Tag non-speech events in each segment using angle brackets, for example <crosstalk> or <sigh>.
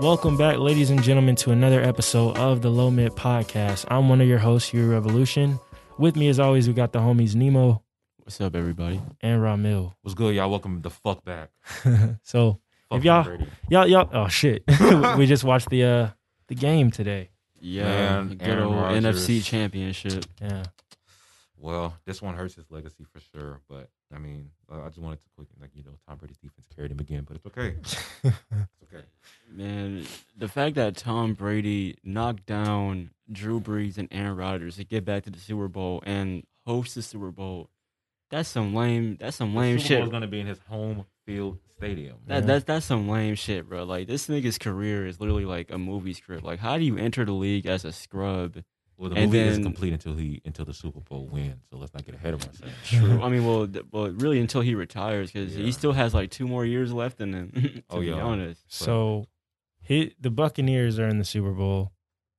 Welcome back, ladies and gentlemen, to another episode of the Low Mid Podcast. I'm one of your hosts, Yuri Revolution. With me, as always, we got the homies Nemo What's up, everybody? and Ramil. What's good, y'all? Welcome the fuck back. So, Fuck If y'all- Tom Brady. y'all, y'all, oh shit, <laughs> we just watched the uh the game today. Yeah, Man, good Aaron old Rodgers. NFC Championship. Yeah, Well, this one hurts his legacy for sure, but I mean, uh, I just wanted to quick, like you know, Tom Brady's defense carried him again, but it's <laughs> okay. it's okay. Man, the fact that Tom Brady knocked down Drew Brees and Aaron Rodgers to get back to the Super Bowl and host the Super Bowl, that's some lame. That's some lame Super Bowl's shit. gonna be in his home field stadium. That, that's that's some lame shit, bro. Like this nigga's career is literally like a movie script. Like, how do you enter the league as a scrub? <laughs> Well, the and movie then- isn't complete until he until the Super Bowl win. So let's not get ahead of ourselves. True. I mean, well, th- well, really until he retires because Yeah. he still has like two more years left in him. <laughs> to Oh, be yeah. honest. so hit the Buccaneers are in the Super Bowl,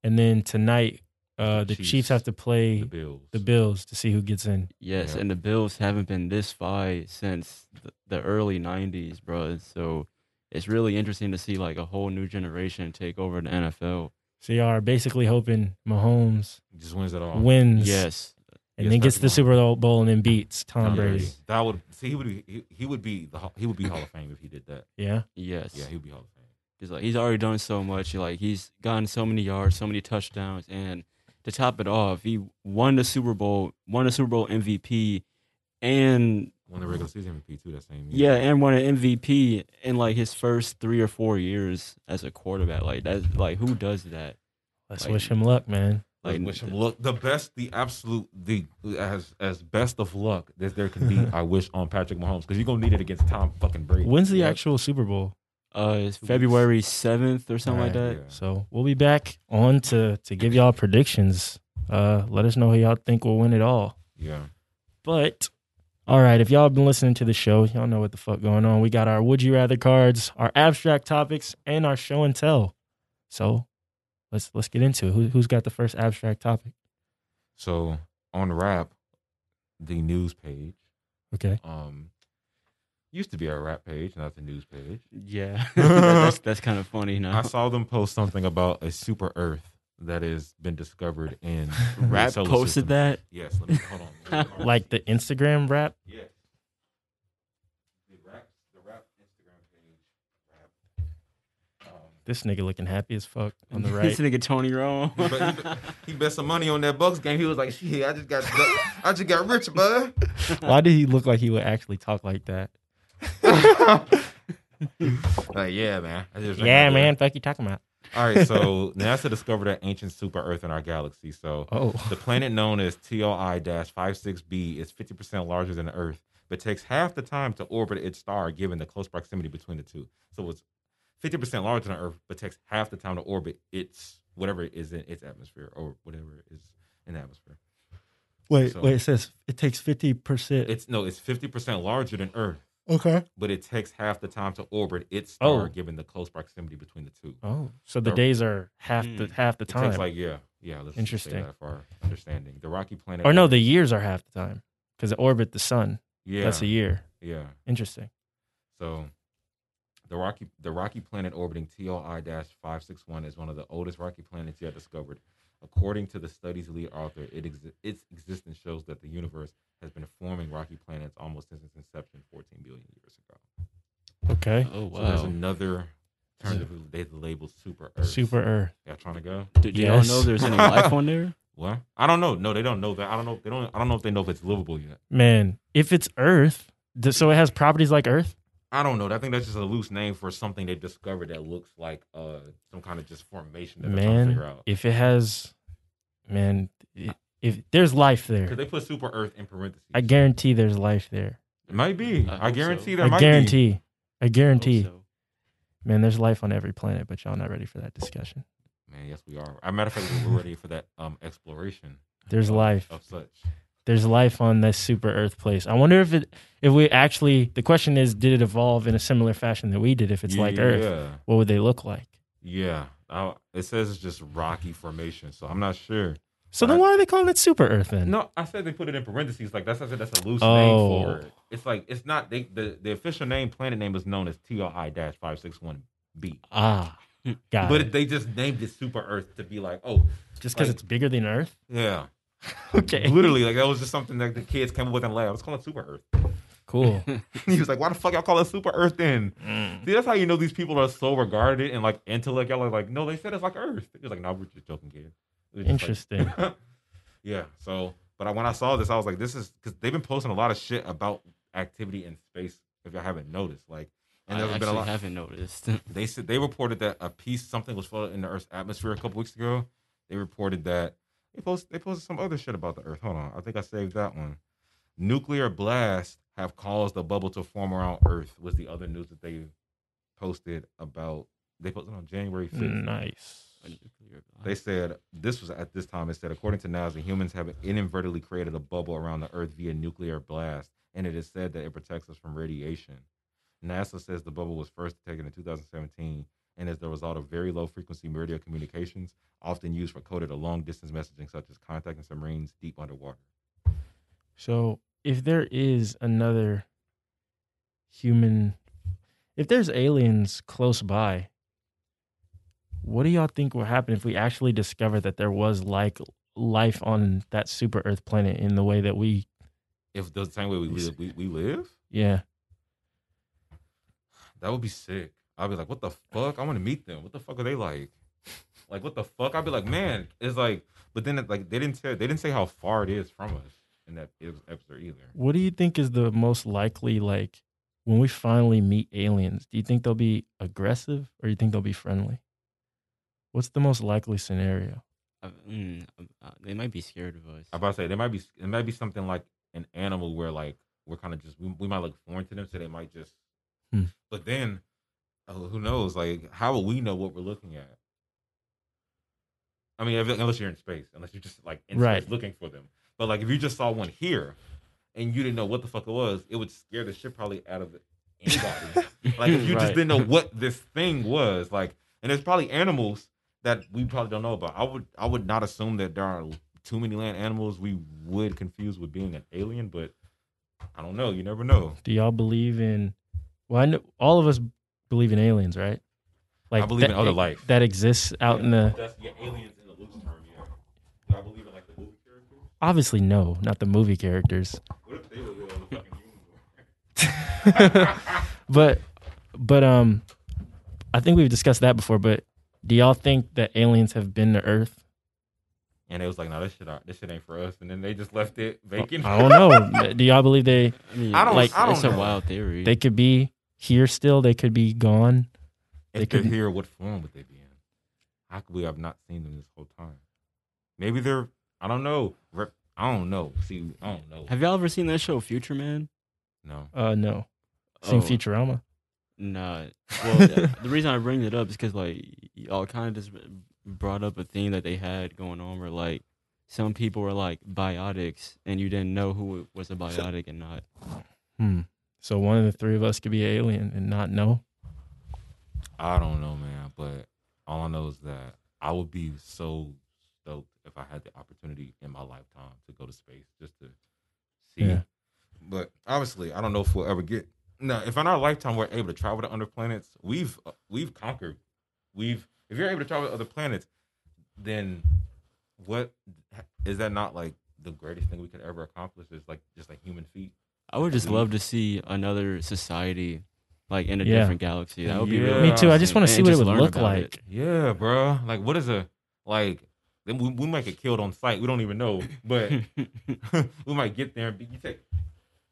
and then tonight, uh, the Chiefs, Chiefs. have to play The Bills. the Bills to see who gets in. Yes, Yeah. and the Bills haven't been this high since the, the early '90s, bro. So it's really interesting to see like a whole new generation take over the NFL. So y'all are basically hoping Mahomes just wins it all. wins, Yes, and Oh, yes, then gets to the that's Super Bowl and then beats Tom Tom Brady. Brady. That would see he would be he, he would be the Hall- he would be Hall of Fame if he did that. Yeah, yes. Yeah, he would be Hall of Fame. 'Cause, like he's already done so much. Like he's gotten so many yards, so many touchdowns, and to top it off, he won the Super Bowl, won the Super Bowl MVP, and Won the regular season MVP too that same yeah, year. and won an MVP in like his first three or four years as a quarterback. Like that's like who does that? let's Like- wish him luck, man. Like, Like wish him luck. The best, the absolute, the as as best of luck that <laughs> there can be. I wish on Patrick Mahomes because you're gonna need it against Tom fucking Brady. When's the Yep. actual Super Bowl? Uh, it's Two February seventh or something like Alright, that. Yeah. So we'll be back on to to give y'all predictions. Uh, let us know who y'all think will win it all. Yeah, But all right, if y'all been listening to the show, y'all know what the fuck going on. We got our would you rather cards, our abstract topics, and our show and tell. So let's let's get into it. Who, who's got the first abstract topic? So on rap, the news page Okay. um used to be a rap page, not the news page. Yeah, <laughs> that's that's kind of funny. I Now saw them post something about a super Earth that has been discovered in <laughs> the rap solar posted system. that. Yes, let me hold on. Let me- <laughs> hold on. Like the Instagram rap. Yes. The rap, the rap Instagram page, rap. Um, This nigga looking happy as fuck on <laughs> the this right. nigga Tony Romo. <laughs> He bet, he bet- he bet some money on that Bucks game. He was like, "Shit, I just got, <laughs> I just got rich, bud." <laughs> Why did he look like he would actually talk like that? like, yeah, man. I just Yeah, man. Fuck you talking about? All <laughs> right, so NASA discovered an ancient super Earth in our galaxy. So Oh. the planet known as TLI 56b is 50% larger than Earth, but takes half the time to orbit its star given the close proximity between the two. So it's 50% larger than Earth, but takes half the time to orbit its whatever is in its atmosphere or whatever is in the atmosphere. Wait, So- wait. It says it takes fifty percent. It's no, it's 50% larger than Earth. Okay. but it takes half the time to orbit its star Oh. given the close proximity between the two. Oh, so the Or- mm, days are half the Hmm. half the It time, takes like yeah, yeah. Let's Interesting. Say that for our understanding, the rocky planet. or no, the years are half the time because it orbit the sun. yeah, That's a year. yeah. Interesting. So the rocky the rocky planet orbiting TLI 561 is one of the oldest rocky planets yet discovered. According to the study's lead author, it exi- its existence shows that the universe has been forming rocky planets almost since its inception 14 billion years ago. Okay. <laughs> oh So there's wow! another turn of they label super Earth. Super Earth. Y'all trying to go? Do, do y'all Yes. know if there's any life on there? What? I don't know. No, they don't know that. I don't know. They don't. I don't know if they know if it's livable yet. Man, if it's Earth, th- so it has properties like Earth. I don't know. I think that's just a loose name for something they discovered that looks like uh some kind of just formation that they're trying to man. figure out. If it has, man, i- if there's life Because there, they put super Earth in parentheses. I guarantee there's life there. <laughs> it might be. I I, hope guarantee so. there I might be. guarantee. I guarantee. Hope so. Man, there's life on every planet, but y'all not ready for that discussion. Man, yes, we are. As a matter of fact, we're ready for that um exploration There's life. of such. There's life on this super Earth place. I wonder if it, if we actually, the question is, did it evolve in a similar fashion that we did? If it's like Earth, Yeah. what would they look like? Yeah. I, it says it's just rocky formation, so I'm not sure. So then, Uh, why are they calling it super Earth then? No, I said they put it in parentheses. Like that's I said that's a loose Oh. name for it. It's like it's not they, the the official name planet name is known as TRI five six one B. Ah, got But it. they just named it Super Earth to be like, oh Just because like- it's bigger than <laughs> Earth. yeah, Okay, <laughs> literally like that was just something that the kids came up with in lab. Let's call it Super Earth. <laughs> cool. he was like, why the fuck y'all call it Super Earth then? Mm. See, that's how you know these people are so regarded and like intellect. Y'all are like, no, they said it's like Earth. He was like, no, we're just joking, kid. It was just like- <laughs> Interesting. yeah. So, but I, when I saw this, I was like, this is because they've been posting a lot of shit about activity in space. If y'all haven't noticed, like, and I there's actually been a lot. haven't noticed. <laughs> They said they reported that a piece something was floating in the Earth's atmosphere a couple weeks ago. They reported that they posted they posted some other shit about the Earth. Hold on, I think I saved that one. Nuclear blasts have caused a bubble to form around Earth was the other news that they posted about. They posted on January fifth. nice. A nuclear blast. They said this was at this time. It said, according to NASA, humans have inadvertently created a bubble around the Earth via nuclear blast, and it is said that it protects us from radiation. NASA says the bubble was first detected in 2017 and is the result of very low frequency radio communications, often used for coded or long distance messaging, such as contacting submarines deep underwater. So if there is another human, if there's aliens close by, what do y'all think will happen if we actually discover that there was like life on that super Earth planet in the way that we, If the same way we live, we, we live, yeah, that would be sick. I'd be like, what the fuck? I want to meet them. What the fuck are they like? Like, what the fuck? I'd be like, man, it's like, but then it, like they didn't tell, they didn't say how far it is from us in that ep- episode either. what do you think is the most likely like when we finally meet aliens? Do you think they'll be aggressive or you think they'll be friendly? What's the most likely scenario? Uh, mm, uh, they might be scared of us. I'm about to say there might be it might be something like an animal where like we're kind of just we, we might look foreign to them, so they might just. Hmm. But then, oh, who knows? Like, how will we know what we're looking at? I mean, if- unless you're in space, unless you're just like in Right. space looking for them. But like, if you just saw one here, and you didn't know what the fuck it was, it would scare the shit probably out of <laughs> anybody. like, if you just Right. didn't know what this thing was, like, and there's probably animals that we probably don't know about. I would I would not assume that there are too many land animals we would confuse with being an alien, but I don't know. You never know. Do y'all believe in? Well, I know all of us believe in aliens, right? believe in other life. that exists out in the. That's yeah, aliens in the loose term. Yeah, Do I believe in like the movie characters. Obviously, no, not the movie characters, What if they were the fucking humans? but but um, I think we've discussed that before. But do y'all think that aliens have been to Earth? And it was like, no, this shit, this shit ain't for us. And then they just left it vacant. I don't know. <laughs> do y'all believe they I mean, I don't- it's, I don't it's know. a wild theory. they could be here still? They could be gone. They if they're could- here, what form would they be in? How could we have not seen them this whole time? Maybe they're. I don't know. Rep- I don't know. See, I don't know. Have y'all ever seen that show Future Man? no. Uh, no, seen Oh, Futurama. <laughs> Nah. Well, uh, the reason I bring it up is because like y'all kind of just brought up a theme that they had going on where like some people were like biotics and you didn't know who was a biotic and not. Hmm. So one of the three of us could be alien and not know. I don't know, man. But all I know is that I would be so stoked if I had the opportunity in my lifetime to go to space just to see. Yeah. But obviously, I don't know if we'll ever get. No, if in our lifetime we're able to travel to other planets, we've we've conquered. We've if you're able to travel to other planets, then what is that not like the greatest thing we could ever accomplish? Is like just a human feat. I would Mm-hmm. just love to see another society like in a Yeah. different galaxy. That would be Yeah. really Me too. I just awesome. want to And see what it just would learn look about like. it. Yeah, bro. Like, what is a like? Then we, <laughs> we might get killed on site. We don't even know, but we might get there. And be, you take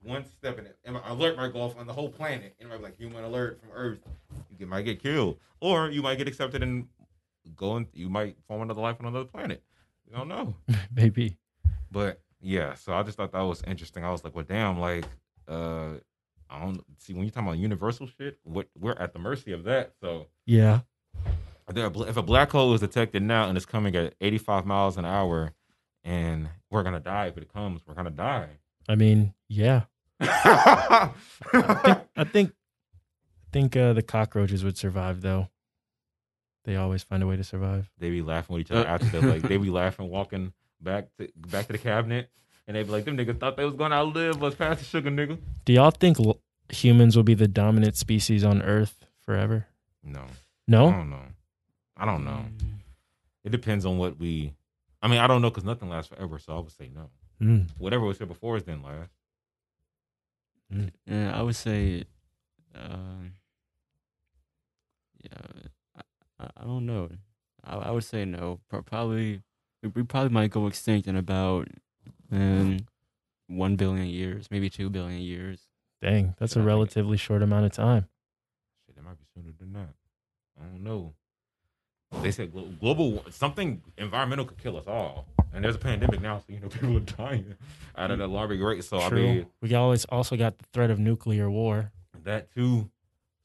one step in it and alert myself on the whole planet. And I'm like human alert from Earth. You get- might get killed, or you might get accepted and go and you might form another life on another planet. You don't know. <laughs> Maybe. But yeah, so I just thought that was interesting. I was like, well, damn, like, uh, I don't see when you're talking about universal shit, what we're at the mercy of that. So Yeah. if there- if a black hole is detected now and it's coming at 85 miles an hour, and we're gonna die if it comes, we're gonna die. I mean, yeah. I think I think uh, the cockroaches would survive though. They always find a way to survive. they be laughing with each other after that. Like they be laughing, walking back to back to the cabinet, and they be like, "Them niggas thought they was gonna outlive us, past the sugar nigga." Do y'all think l- humans will be the dominant species on Earth forever? No, I No. don't know. I don't know. <laughs> It depends on what we. I mean, I don't know because nothing lasts forever, so I would say no. Mm. Whatever was here before is didn't last. Yeah, I would say, um, yeah, I, I- I don't know. I, I would say no. Pro- Probably we- we probably might go extinct in about um, one billion years, maybe two billion years. Dang, that's a Yeah, I think- relatively short amount of time. Shit, that might be sooner than that. I don't know. They said glo- global something environmental could kill us all, and there's a pandemic now, so you know <laughs> people are dying at an alarming rate. So I mean we always also got the threat of nuclear war. that too.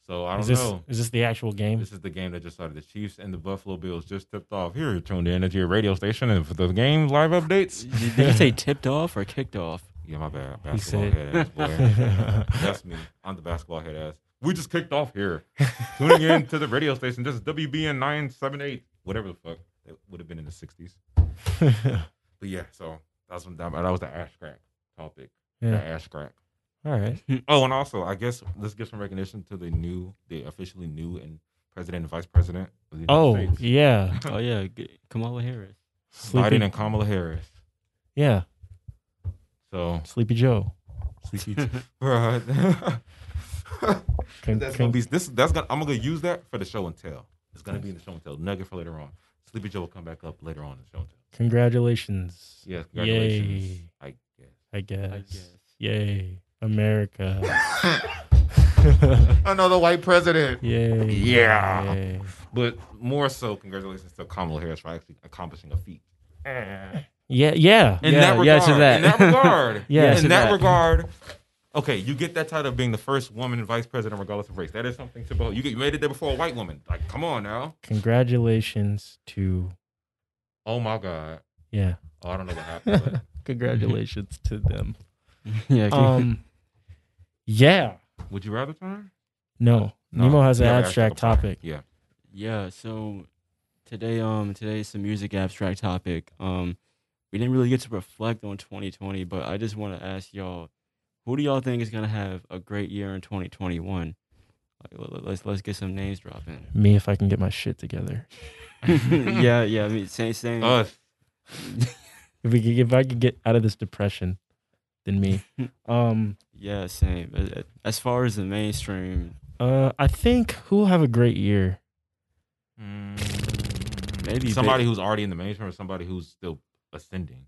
So I don't Is this know. is this the actual game? <laughs> This <laughs> is the game that just started. The Chiefs and the Buffalo Bills just tipped off. Here, you're tuned in to your radio station and for the game live updates. Did, did you say tipped off or kicked off? Yeah, my bad. He Basketball said- head ass <laughs> boy. That's me. I'm the basketball head ass. We just kicked off <laughs> here. Tuning in to the radio station. This is WBN 978. Whatever the fuck. It would have been in <laughs> the 60s. But yeah, so that's when that, that was the ash crack topic. The yeah. ash crack. All right. Oh, and also, I guess let's give some recognition to the new, the officially new and president and vice president of the United Oh States. yeah. Oh yeah, g- Kamala Harris. Biden and Kamala Harris. Yeah. <laughs> So, <laughs> Sleepy Joe. <laughs> bruh. <laughs> Con- that's con- gonna be this. That's gonna. I'm gonna use that for the show and tell. It's gonna be in the show and tell nugget for later on. Sleepy Joe will come back up later on in the show and tell. congratulations. Yeah, congratulations. Yay. I guess. I guess. I guess. <laughs> Yay. <laughs> America. Another white president. Yay. Yeah. Yay. But more so, congratulations to Kamala Harris for actually accomplishing a feat. Yeah. Yeah. In Yeah, that regard. yeah, to that. In that <laughs> regard. Yeah, In to that, that. regard. Okay, you get that title of being the first woman vice president, regardless of race. That is something to behold. You, get, you made it there before a white woman. Like, come on now. Congratulations to Oh my God. yeah. Oh, I don't know what happened. But Congratulations to <laughs> them. yeah, Um. Yeah. <laughs> would you rather turn? No. No. Nemo has an Yeah, abstract I'm sorry. topic. Yeah. Yeah, so today um today's a music abstract topic. Um we didn't really get to reflect on 2020, but I just want to ask y'all who do y'all think is going to have a great year in 2021? Like, let- let- let's let's get some names dropping. <laughs> <laughs> Me, if I can get my shit together. yeah, yeah, I mean same same. <laughs> Us. If we could, if I could get out of this depression, then me. Um. yeah, same. As- As far as the mainstream, Uh. I think who will have a great year. Maybe Mm. somebody who's already in the mainstream or somebody who's still ascending.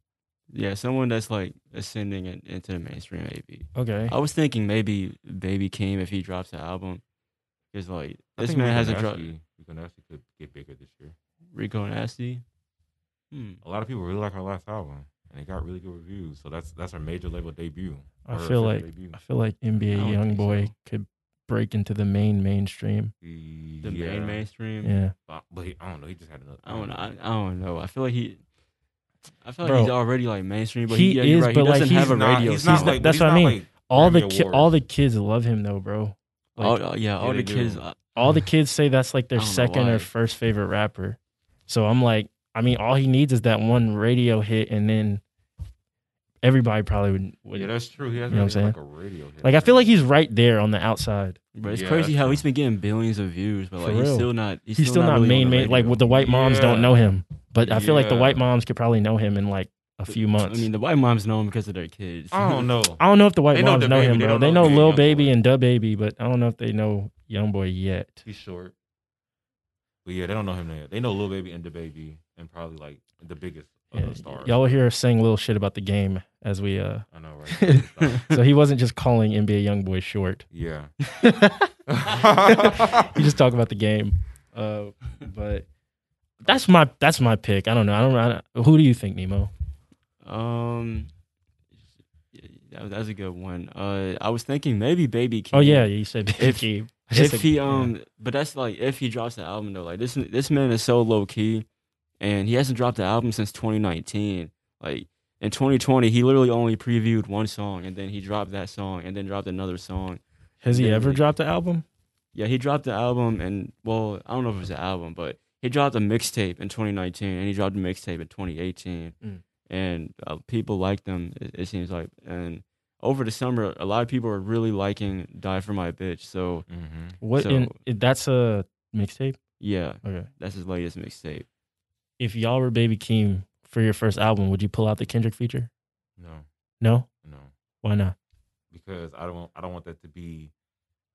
yeah, someone that's like ascending in, into the mainstream maybe. Okay. I was thinking maybe Baby Keem if he drops an album cuz like I this think man Rico has a drop Nasty- Rico Nasty could get bigger this year. Rico Nasty. Hmm. A lot of people really like her last album, and it got really good reviews. So that's that's her major label debut. I Her feel official like debut. I feel like I NBA don't young think boy so. could break into the main mainstream. the yeah. main mainstream. Yeah. But, but he, I don't know. He just had another. I don't know. I, I don't know. I feel like he. I feel like Bro, he's already like mainstream, but he he, yeah, you're is, right. but, he like, doesn't he's have a not- radio. he's station. not like. That's he's what I not mean. like All the Grammy ki- Awards. all the kids love him though, bro. Like, all, all- yeah, all Yeah, the they kids. do. uh, all the kids say that's like their I don't know second why. or first favorite rapper. So I'm like, I mean, all he needs is that one radio hit, and then everybody probably would. would Yeah, that's true. He has You know what I'm really saying? like a radio. Hit like I feel like he's right there on the outside. But it's Yeah, crazy that's how true. he's been getting billions of views, but For like he's real. still not. He's, He's, still, not really on main the main. Like radio. with the white moms don't Yeah. know him, but I feel like the Yeah. white moms could probably know him in like a few months. I mean, the white moms know him because of their kids. I don't know. I don't know if the white They know moms Da know Baby, him, they bro. don't They know know Lil Lil Young Baby Boy. and Dub Baby, but I don't know if they know Young Boy yet. He's short. But But yeah, they don't know him yet. They know Lil Baby and the Baby, and probably like the biggest of Yeah, the Oh, stars. y'all will hear us saying little shit about the game as we. uh I know, <laughs> right? So he wasn't just calling NBA YoungBoy short. <laughs> yeah. <laughs> he just talked about the game. Uh, but that's my that's my pick. I don't know. I don't. I don't who do you think, Nemo? <laughs> Um, yeah, that was, that was a good one. Uh, I was thinking maybe Baby Keem. Oh yeah, you said <laughs> If- Keem. I just If think- he yeah. um, but that's like if he drops the album though. Like this this man is so low key, and he hasn't dropped the album since 2019. Like in 2020, he literally only previewed one song, and then he dropped that song, and then dropped another song. has he then ever he- dropped an album? Yeah, he dropped the album, and well, I don't know if it was an album, but he dropped a mixtape in 2019, and he dropped a mixtape in 2018, Mm. and uh, people liked them. It, it seems like, and over the summer, a lot of people are really liking "Die for My Bitch." So hmm What? So- in, that's a mixtape. yeah, Okay. that's his latest mixtape. If y'all were Baby Keem for your first album, would you pull out the Kendrick feature? No, No. no, Why not? because I don't. I don't want that to be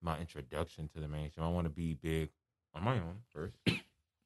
my introduction to the mainstream. I want to be big on my own <coughs> first,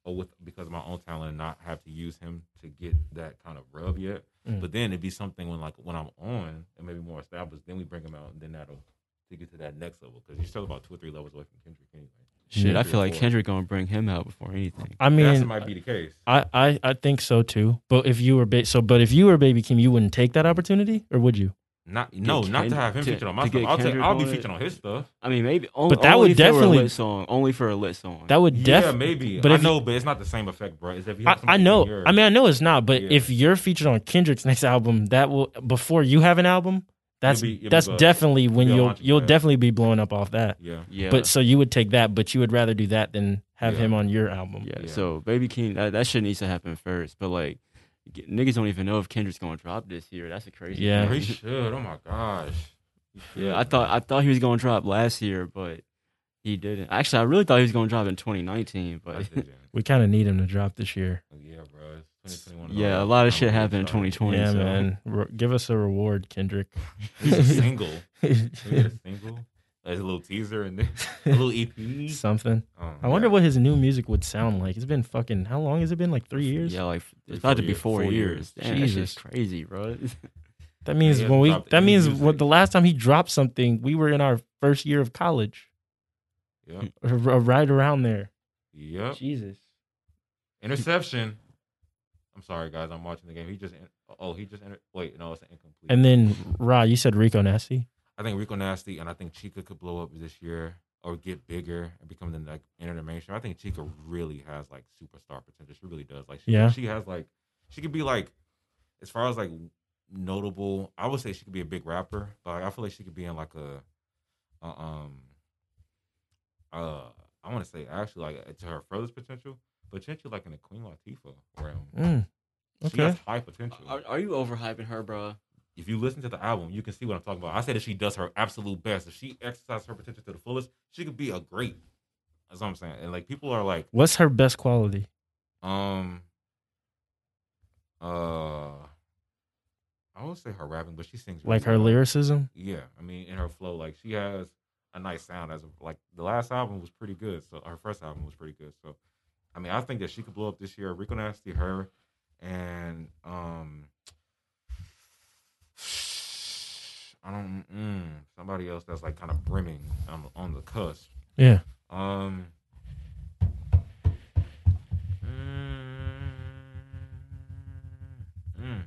or with because of my own talent, and not have to use him to get that kind of rub yet. Mm. But then it'd be something when like when I'm on and maybe more established, then we bring him out, and then that'll to get to that next level because you're still about two or three levels away from Kendrick anyway. Shit, I Three or feel like four. Kendrick gonna bring him out before anything. I That mean, uh, might be the case. I, I I think so too. But if you were ba- so, but if you were Baby Keem, you wouldn't take that opportunity, or would you? Not no, not Kend- to have him to- featured on my to stuff. get I'll, take, Kendrick I'll be on it. featured on his stuff. I mean, maybe. Only, But that would only for a definitely- lit song. Only for a lit song. That would yeah, definitely. maybe. but But I if you- know, but it's not the same effect, bro. As if you have I, I somebody know. in your- I mean, I know it's not, but Yeah. if you're featured on Kendrick's next album, that will before you have an album, that's It'd be- it'd be that's buzz. definitely when Be a you'll launch you'll pad. definitely be blowing up off that. yeah, yeah. But so you would take that, but you would rather do that than have Yeah. him on your album. Yeah, Yeah. so Baby King, that, that shit needs to happen first. But like, g- niggas don't even know if Kendrick's gonna drop this year. That's a crazy. Yeah. Bro, he thing. should. Oh my gosh. He should, yeah. I thought man. I thought he was gonna drop last year, but he didn't. Actually, I really thought he was gonna drop in 2019, I but didn't. We kind of need him to drop this year. oh, yeah, bro. It's 2021 yeah, a already. lot of I'm shit really happened in sorry. 2020. yeah, so. <laughs> man. Re- give us a reward, Kendrick. He's a single. He had a single. As a little teaser and then a little <laughs> <laughs> EP. Something. Um, I wonder yeah. what his new music would sound like. It's been fucking how long has it been? Like three years. Yeah, like Three, it's about to four be years- four, four years. years. Damn, that shit's Jesus. crazy, bro. <laughs> That means Yeah, he when we. hasn't dropped That any means music. what the last time he dropped something, we were in our first year of college, Yep. or, or uh, right around there. Yep. Jesus. Interception. I'm sorry, guys. I'm watching the game. He just. In- oh, he just. Inter- Wait, no, it's an incomplete. And then Ra, you said Rico Nasty. I think Rico Nasty and I think Chica could blow up this year or get bigger and become the like enter the mainstream. I think Chica really has like superstar potential. She really does. Like she, Yeah. she has like she could be like as far as like notable. I would say she could be a big rapper, but I feel like she could be in like a, a um uh I want to say actually like to her furthest potential, potentially like in the Queen Latifah realm. Mm. She has Okay. high potential are, are you overhyping her, bro? if you listen to the album, you can see what I'm talking about. I said that she does her absolute best. If she exercises her potential to the fullest, she could be a great. That's what I'm saying. And like people are like, What's her best quality? um, uh, I would say her rapping, but she sings Like her really well. lyricism? Yeah, I mean, in her flow, like she has a nice sound. As of- like the last album was pretty good. So her first album was pretty good. So, I mean, I think that she could blow up this year. Rico Nasty, her, and um, I don't mm, somebody else that's like kind of brimming um, on the cusp. Yeah. Um. mm, mm,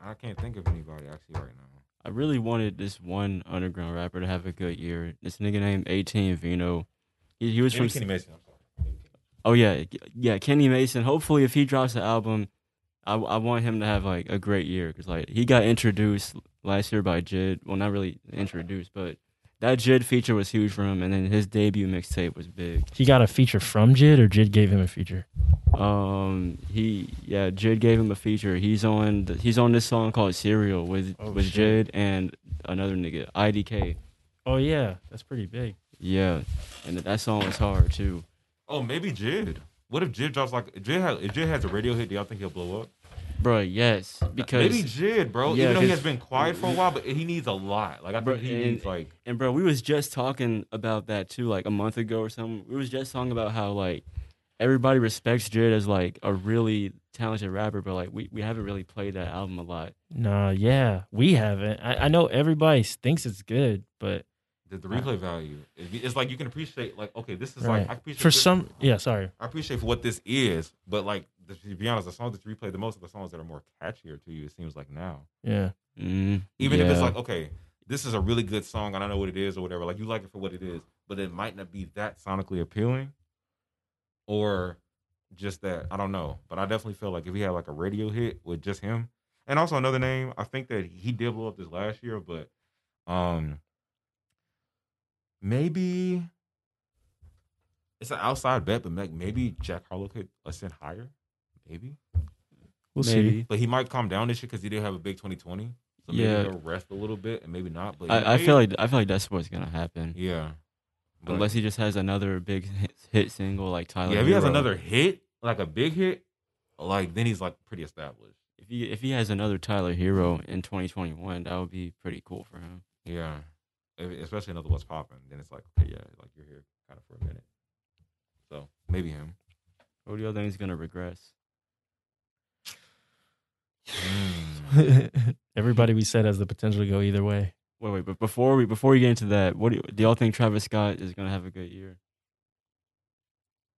I can't think of anybody actually right now. I really wanted this one underground rapper to have a good year. This nigga named 18 Vino. He, he was Maybe from Kenny Mason. I'm sorry. Oh yeah, yeah, Kenny Mason. Hopefully, if he drops the album, I, I want him to have like a great year because like he got introduced last year by Jid. Well, not really introduced, but that Jid feature was huge for him, and then his debut mixtape was big. He got a feature from Jid, or Jid gave him a feature. Um, he yeah, Jid gave him a feature. He's on the, he's on this song called Serial with Oh, with shit. Jid and another nigga IDK. Oh yeah, that's pretty big. Yeah, and that song was hard too. Oh, maybe Jid. What if Jid drops like Jid has if Jid has a radio hit? Do y'all think he'll blow up? Bro, yes, because Maybe Jid, bro. Yeah, Even though he 'cause- has been quiet for a while, but he needs a lot. Like I Bro, think he and- needs like And bro, we was just talking about that too, like a month ago or something. We was just talking about how like everybody respects Jared as like a really talented rapper, but like we, we haven't really played that album a lot. Nah, yeah, we haven't. I, I know everybody thinks it's good, but The, the replay value. It- It's like you can appreciate like okay, this is right. like I appreciate for this- some, yeah, sorry, I appreciate for what this is, but like to be honest, the songs that you replay the most are the songs that are more catchier to you. It seems like now, yeah, Mm, even if it's yeah. like okay, this is a really good song, and I know what it is or whatever. Like you like it for what it is, but it might not be that sonically appealing, or just that I don't know. But I definitely feel like if he had like a radio hit with just him, and also another name, I think that he did blow up this last year, but um, maybe. It's an outside bet, but like, maybe Jack Harlow could ascend higher. Maybe. we'll see. maybe. But he might calm down this year because he did have a big 2020. So maybe Yeah. he'll rest a little bit and maybe not. But I, I feel like I feel like that's what's gonna happen. yeah. But- Unless he just has another big hit, hit single like Tyler. yeah, if he has Hero. another hit, like a big hit, like then he's like pretty established. if he if he has another Tyler Hero in 2021, that would be pretty cool for him. Yeah. If- Especially another what's popping, then it's like, okay, yeah, like you're here kind of for a minute. So maybe him. What do y'all think is gonna regress? <laughs> everybody we said has the potential to go either way. Wait, wait, but before we before we get into that, what do, y- do y'all think Travis Scott is gonna have a good year?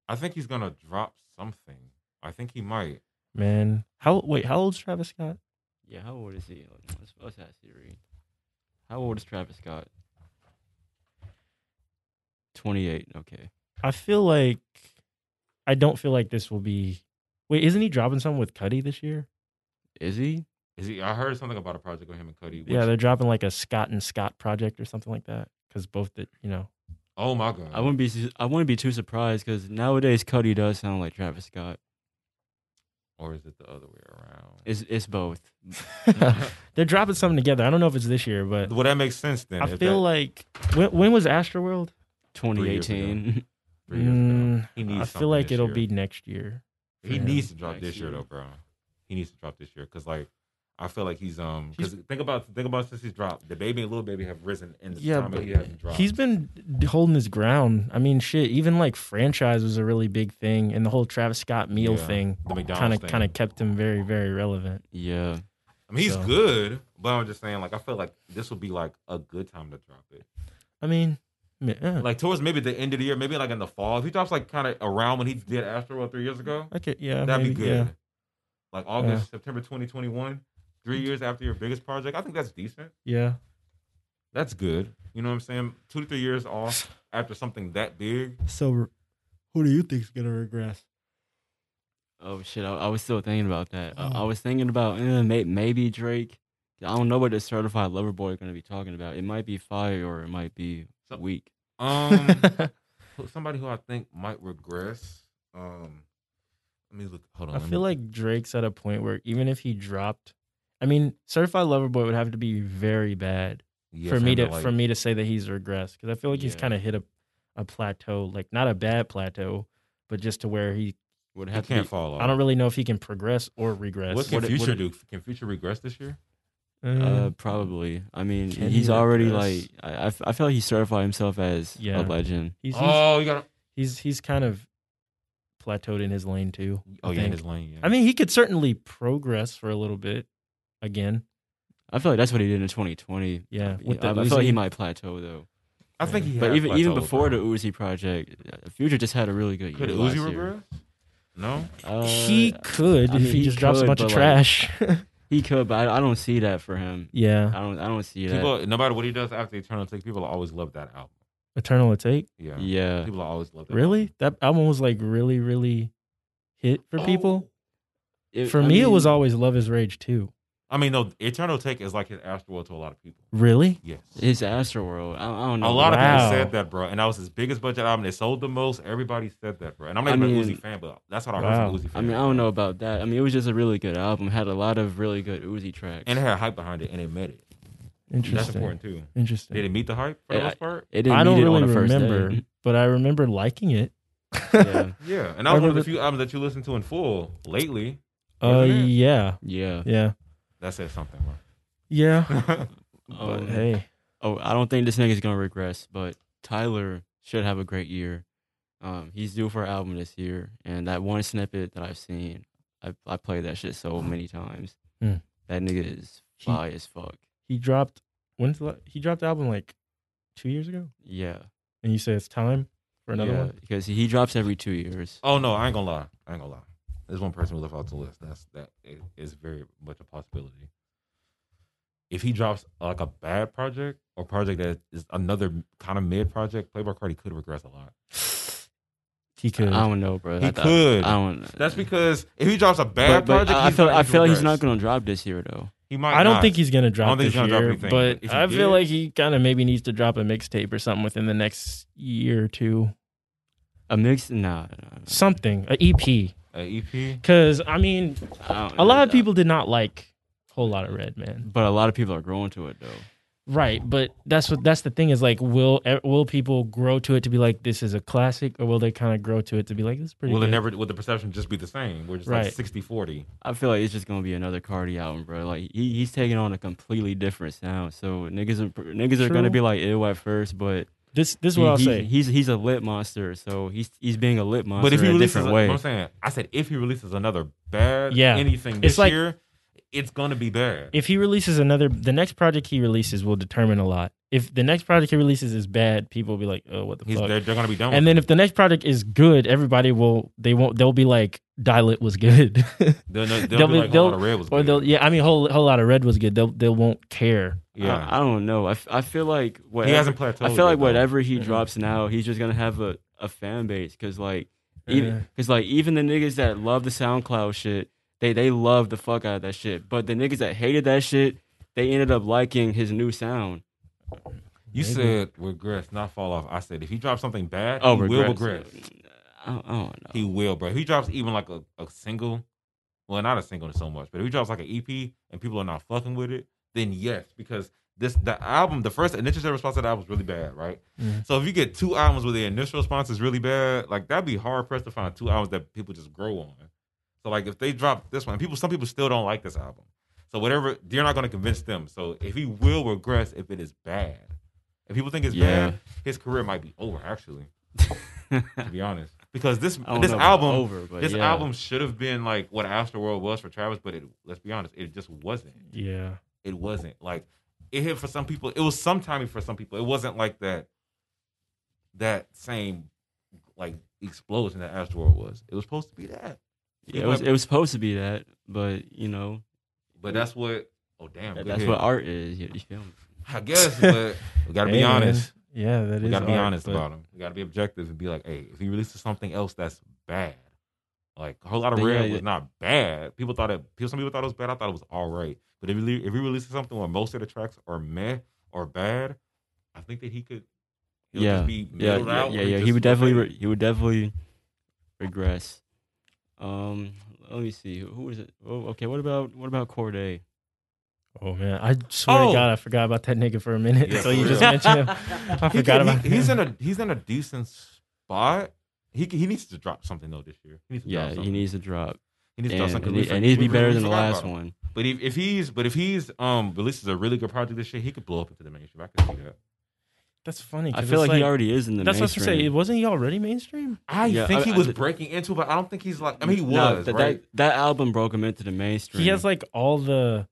I think he's gonna drop something. I think he might. Man, how wait, how old's Travis Scott? Yeah, how old is he? Let's, let's ask Siri. How old is Travis Scott? 28. Okay. I feel like I don't feel like this will be. Wait, isn't he dropping something with Cuddy this year? Is he? Is he? I heard something about a project with him and Cuddy. Which, Yeah, they're dropping like a Scott and Scott project or something like that. Because both that you know, oh my god. I wouldn't be su- I wouldn't be too surprised because nowadays Cuddy does sound like Travis Scott. or is it the other way around? It's it's <laughs> both. they're dropping something together. I don't know if it's this year, but well, that makes sense then. I if feel that- like when, when was Astroworld? 2018. three years ago. Mm, He needs I something feel like this it'll year. be next year. He Yeah. needs to drop Next this year, year. though, bro. He needs to drop this year because like I feel like he's um He's- because think about think about since he's dropped the baby and little baby have risen in the Yeah, time that but he hasn't dropped. he's been d- holding his ground. I mean, shit. Even like franchise was a really big thing, and the whole Travis Scott meal Yeah, thing the McDonald's kind of thing. kind of kept him very very relevant. <laughs> Yeah. I mean he's so- good, but I'm just saying like I feel like this would be like a good time to drop it. I mean, m- eh, Like towards maybe the end of the year, maybe like in the fall. If he drops like kind of around when he did Astro World three years ago, I could, yeah, that'd maybe, be good. yeah. Like August, September 2021, three years after your biggest project, I think that's decent. Yeah, That's good. You know what I'm saying? Two to three years off after something <laughs> that big. So, who do you think's gonna regress? Oh shit! I, I was still thinking about that. I- Mm. I, was thinking about eh, may, maybe Drake. I don't know what this certified lover boy is going to be talking about. It might be fire or it might be So- weak. Um, <laughs> who- somebody who I think might regress. Um, let me look. Hold on. I let feel me- like Drake's at a point where even if he dropped, I mean, Certified Lover Boy would have to be very bad Yeah, for me him to like- for me to say that he's regressed because I feel like he's Yeah. kind of hit a a plateau, like not a bad plateau, but just to where he. Would he have to can't be, fall off. I don't really know if he can progress or regress. What can What it- Future what it- do? Can Future regress this year? Uh, Mm. Uh, probably. I mean, Can he's he already regress? like. I, I f- I feel like he certified himself as Yeah. a legend. he's, he's oh, you got. he's he's kind of plateaued in his lane too. Oh I yeah, in think. his lane. Mm. Yeah. I mean, he could certainly progress for a little bit again. I feel like that's what he did in 2020. Yeah, I, with the I, I feel like he Uzi. might plateau though. I think he. but had even even plateaued, before bro. the Uzi project, uh, Future just had a really good year. could last Uzi year. regress? No. Uh, he could I if mean, he, he just drops a could, bunch of but, like- trash. <laughs> he could, but I, I don't see that for him. yeah, I don't I don't see that. People, no matter what he does after Eternal Take, people always love that album. Eternal Take. Yeah. yeah. People always love that. Really, that album was like really, really hit for people. Oh, It- for I me, it was mean, always Love Is Rage too. I mean, no. Eternal Take is like his Astro to a lot of people. Really, Yes. his Astroworld. I, I don't know. A lot Wow. of people said that, bro. And that was his biggest budget album. It sold the most. Everybody said that, bro. And I'm not I even mean- an Uzi fan, but that's what I Wow. heard from Uzi fans. I mean, I bro. don't know about that. I mean, it was just a really good album. Had a lot of really good Uzi tracks. And it had hype behind it, and it met it. That's interesting. important too. Did Interesting. it meet the hype for the Yeah, most part? it didn't I don't meet it really on the first remember, <laughs> day. but I remember liking it. yeah. Yeah, and that was one of remember- the few albums that you listened to in full lately. Uh, Wasn't it? yeah, Yeah. yeah, That said something, bro. yeah. Um, <laughs> but hey, Oh, I don't think this nigga's gonna regress, but Tyler should have a great year. Um, he's due for an album this year, and that one snippet that I've seen, I I played that shit so <sighs> many times. Mm. That nigga is He- fly as fuck. He dropped when's the, la- he dropped the album like two years ago, Yeah, and you say it's time for another yeah, one. <sighs> because he drops every two years. Oh no, I ain't gonna lie. I ain't gonna lie. There's one person who left off the list. That's that i- is very much a possibility. If he drops like a bad project or project that is another kind of mid project, Playboy Cardi could regress a lot. He could. I don't know, bro. He I, could. I, I don't. That's because if he drops a But, bad but project, I, I he's feel not I feel like he's gonna not regress. gonna drop this year though. He might. I don't not. think he's gonna I don't drop think this he's gonna drop year, anything, but if but he I did- feel like he kind of maybe needs to drop a mixtape or something within the next year or two, A mix? Nah, nah, nah. something, a EP. An E EP. Because I mean, I don't a lot of know. people did not like a whole lot of Red Man, But a lot of people are growing to it though. right? But that's what that's the thing is like, will eh, will people grow to it to be like this is a classic, or will they kind of grow to it to be like this is pretty? Will it good? never? Will the perception just be the same? We're just Right. like 60-40. I feel like it's just gonna be another Cardi album, bro. Like he, he's taking on a completely different sound. So niggas are niggas are True. gonna be like ill at first, but This this is he- what I'll he- say. He's he's a lit monster, so he's he's being a lit monster But if he in a releases, different a- way. what I'm saying, I said if he releases another bad Yeah. anything It's this like- year, it's gonna be bad. if he releases another, the next project he releases will determine a lot. If the next project he releases is bad, people will be like, oh, what the He's, fuck? they're, they're gonna be done. And with then if the next project is good, everybody will they won't they'll be like Dilit was good. it. <laughs> they'll, they'll, they'll be be- like, they'll- "Oh, the red was or good." they'll yeah, I mean whole whole lot of red was good. They'll they won't care. yeah. I, I don't know. I, f- I feel like whatever, uh. he hasn't plateaued. I feel like yet, though. whatever he Mhm. drops now, he's just gonna have a, a fan base because like Yeah. even because like even the niggas that love the SoundCloud shit, they they love the fuck out of that shit. But the niggas that hated that shit, they ended up liking his new sound. You Maybe. said regress, not fall off. I said if he drops something bad, Oh, he regress. will regress. I don't, I don't know. He will, bro. If he drops even like a, a single, well, not a single so much, but if he drops like an EP and people are not fucking with it, then yes, because this the album, the first initial response to the album was really bad, right? Mm-hmm. Mhm. So if you get two albums where the initial response is really bad, like that'd be hard pressed to find two albums that people just grow on. So like if they drop this one, people some people still don't like this album. So whatever, they're not going to convince them. So if he will regress if it is bad, if people think it's Yeah. bad, his career might be over. Actually, <laughs> I to be honest, because this don't this know about album over, but this yeah. album should have been like what Astroworld was for Travis, but it let's be honest, it just wasn't. Yeah. It wasn't like it hit for some people. It was sometime for some people. It wasn't like that that same like explosion that Astroworld was. It was supposed to be that, Yeah, it was it was supposed to be that, but you know but that's what. Oh damn, that- good that's hit. what art is. You, you feel me? I guess. <laughs> But we gotta Hey, be man. honest. Yeah, that is. We gotta be art, honest but about him. We gotta be objective and be like, hey, if he releases something else that's bad, like a whole lot of Then red yeah, was yeah. not bad. People thought it. People, some people thought it was bad. I thought it was all right. But if he, if he releases something where most of the tracks are meh or bad, I think that he could. he'll yeah. just be yeah, middled yeah, out yeah, or yeah. He just would definitely okay. re- he would definitely regress. Um, let me see. Who was it? Oh, okay. What about what about Corday? Oh man, I swear Oh! to God, I forgot about that nigga for a <laughs> minute. <laughs> Yeah, so for you just real. mentioned him. <laughs> I He forgot could- he- about. He's him. in a he's in a decent spot. He c- he needs to drop something though this year. He needs to drop Yeah, he something. needs to drop. He needs And, to drop and, something. he- We- and he'd we- be we- better we than the forgot about last him. one. But if, if he's but if he's um releases a really good project this year, he could blow up into the mainstream. I could see that. That's funny. I 'cause feel it's like, he already is in the That's what I was mainstream. gonna say. Wasn't he already mainstream? I Yeah, think I- he I was did- breaking into, it, but I don't think he's like. I mean, he was No, that, right. that that album broke him into the mainstream. He has like all the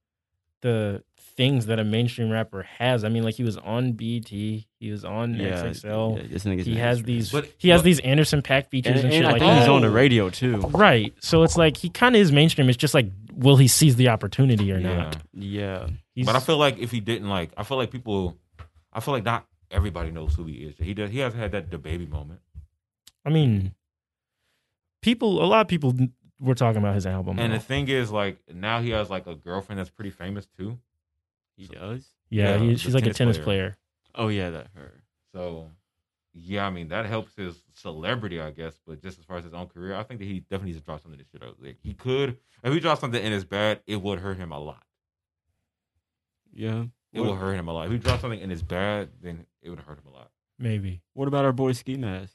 the things that a mainstream rapper has. I mean, like he was on BT, he was on XXL. yeah, this nigga's he has mainstream. these But- he has but- these Anderson Pack features and, and, and shit I like think he's that. that. on the radio too. Right. So it's like he kind of is mainstream. It's just like will he seize the opportunity or yeah. not? Yeah, He's, But I feel like if he didn't like, I feel like people, I feel like not everybody knows who he is. He does. He hasn't had that the baby moment, I mean, people. A lot of people were talking about his album. and though. the thing is, like now he has like a girlfriend that's pretty famous too. he does. yeah, yeah, he, the she's like a tennis tennis player. player. Oh yeah, that her. So, yeah, I mean that helps his celebrity, I guess. But just as far as his own career, I think that he definitely needs to drop something. This shit out. Like he could, if he drops something and it's bad, it would hurt him a lot. Yeah. It will What, hurt him a lot. If he drops something and it's bad, then it would hurt him a lot. Maybe. what about our boy Ski Mask?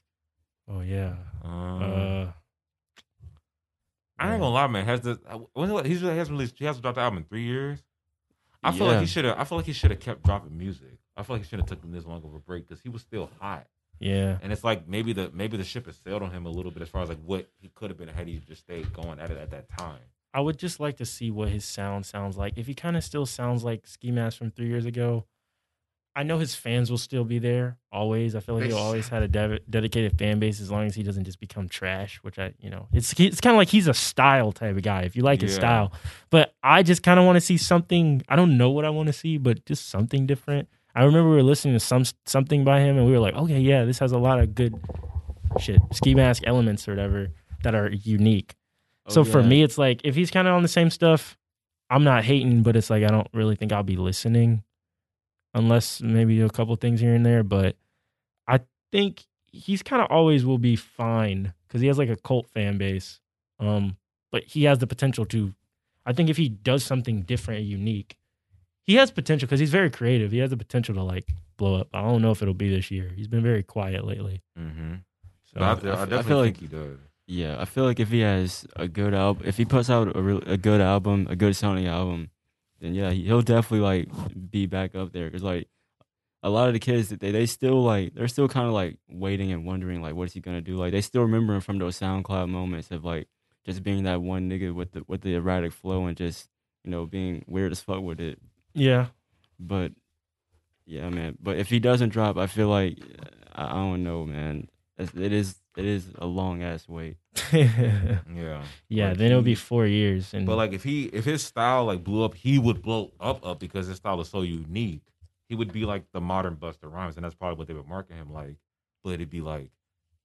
Oh yeah. Um, Uh, I ain't gonna lie, man. Has the uh, when the- he's he hasn't released he hasn't dropped the album in three years. I feel like Yeah. he should have. I feel like he should have kept dropping music. I feel like he should have taken this long of a break because he was still hot. Yeah. And it's like maybe the maybe the ship has sailed on him a little bit as far as like what he could have been had he just stayed going at it at that time. I would just like to see what his sound sounds like. If he kind of still sounds like Ski Mask from three years ago, I know his fans will still be there always. I feel like They he'll always had a dev- dedicated fan base as long as he doesn't just become trash. Which I, you know, it's it's kind of like he's a style type of guy. If you like his Yeah. style, but I just kind of want to see something. I don't know what I want to see, but just something different. I remember we were listening to some something by him, and we were like, okay, yeah, this has a lot of good shit, ski mask elements or whatever that are unique so Oh, for yeah. me, it's like if he's kind of on the same stuff, I'm not hating, but it's like I don't really think I'll be listening, unless maybe a couple things here and there. But I think he's kind of always will be fine because he has like a cult fan base. Um, but he has the potential to. I think if he does something different and unique, he has potential because he's very creative. He has the potential to like blow up. I don't know if it'll be this year. He's been very quiet lately. Mm-hmm. So But I, feel- I I feel definitely like- think he does. Yeah, I feel like if he has a good album, if he puts out a real, a good album, a good sounding album, then yeah, he- he'll definitely like be back up there. Cause like a lot of the kids, they they still like they're still kind of like waiting and wondering like what is he gonna do. Like they still remember him from those SoundCloud moments of like just being that one nigga with the with the erratic flow and just you know being weird as fuck with it. yeah, But yeah, man. But if he doesn't drop, I feel like I, I don't know, man. It's- It is it is a long ass wait. <laughs> yeah. Yeah. Like, then it'll be he- four years, and Mm-hmm. But like if he if his style like blew up, he would blow up up because his style is so unique. He would be like the modern Buster Rhymes, and that's probably what they would market him like. But it'd be like,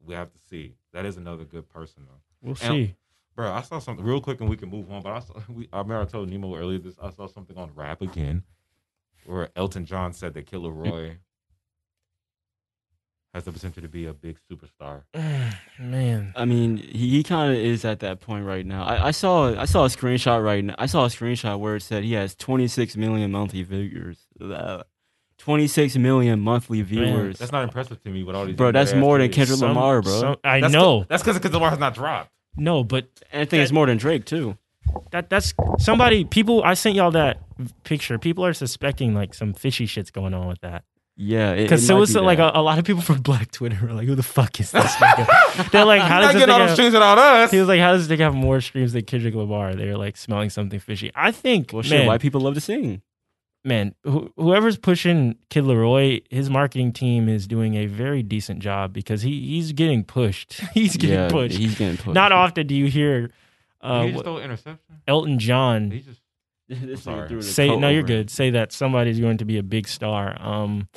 we have to see. That is another good person though. we'll and- see. Bro, I saw something real quick and we can move on. But I saw, <laughs> we, I remember I told Nemo earlier this. I saw something on rap again, where Elton John said that Killer Roy has the potential to be a big superstar. <sighs> Man, I mean, he, he kind of is at that point right now. I, I saw I saw a screenshot right now. I saw a screenshot where it said he has 26 million monthly viewers. Uh, 26 million monthly viewers. That's not impressive to me with all these. Bro, that's badass more than kids. Kendrick Some- Lamar, bro. some- I That's know. 'cause- that's because because Lamar has not dropped. no, but and I think it's more than Drake too. that that's somebody. People, I sent y'all that picture. People are suspecting like some fishy shit's going on with that. Yeah, Because it so might it's be like that. a, a lot of people <laughs> from Black Twitter were like, "Who the fuck is this?" <laughs> nigga?" They're like, "How does Not this?" getting all nigga the have- streams without <laughs> us. He was like, "How does this nigga have more streams than Kendrick Lamar?" They're like smelling something fishy. I think, well, shit. man, White people love to sing. man, who whoever's pushing Kid Leroy, his marketing team is doing a very decent job because he he's getting pushed. <laughs> <laughs> he's getting yeah, pushed. He's getting pushed. <laughs> Not often do you hear Did uh, Mm. he just throw an interception. Elton John He just This nigga Sorry. threw the say coat no you're over. good say that somebody's going to be a big star um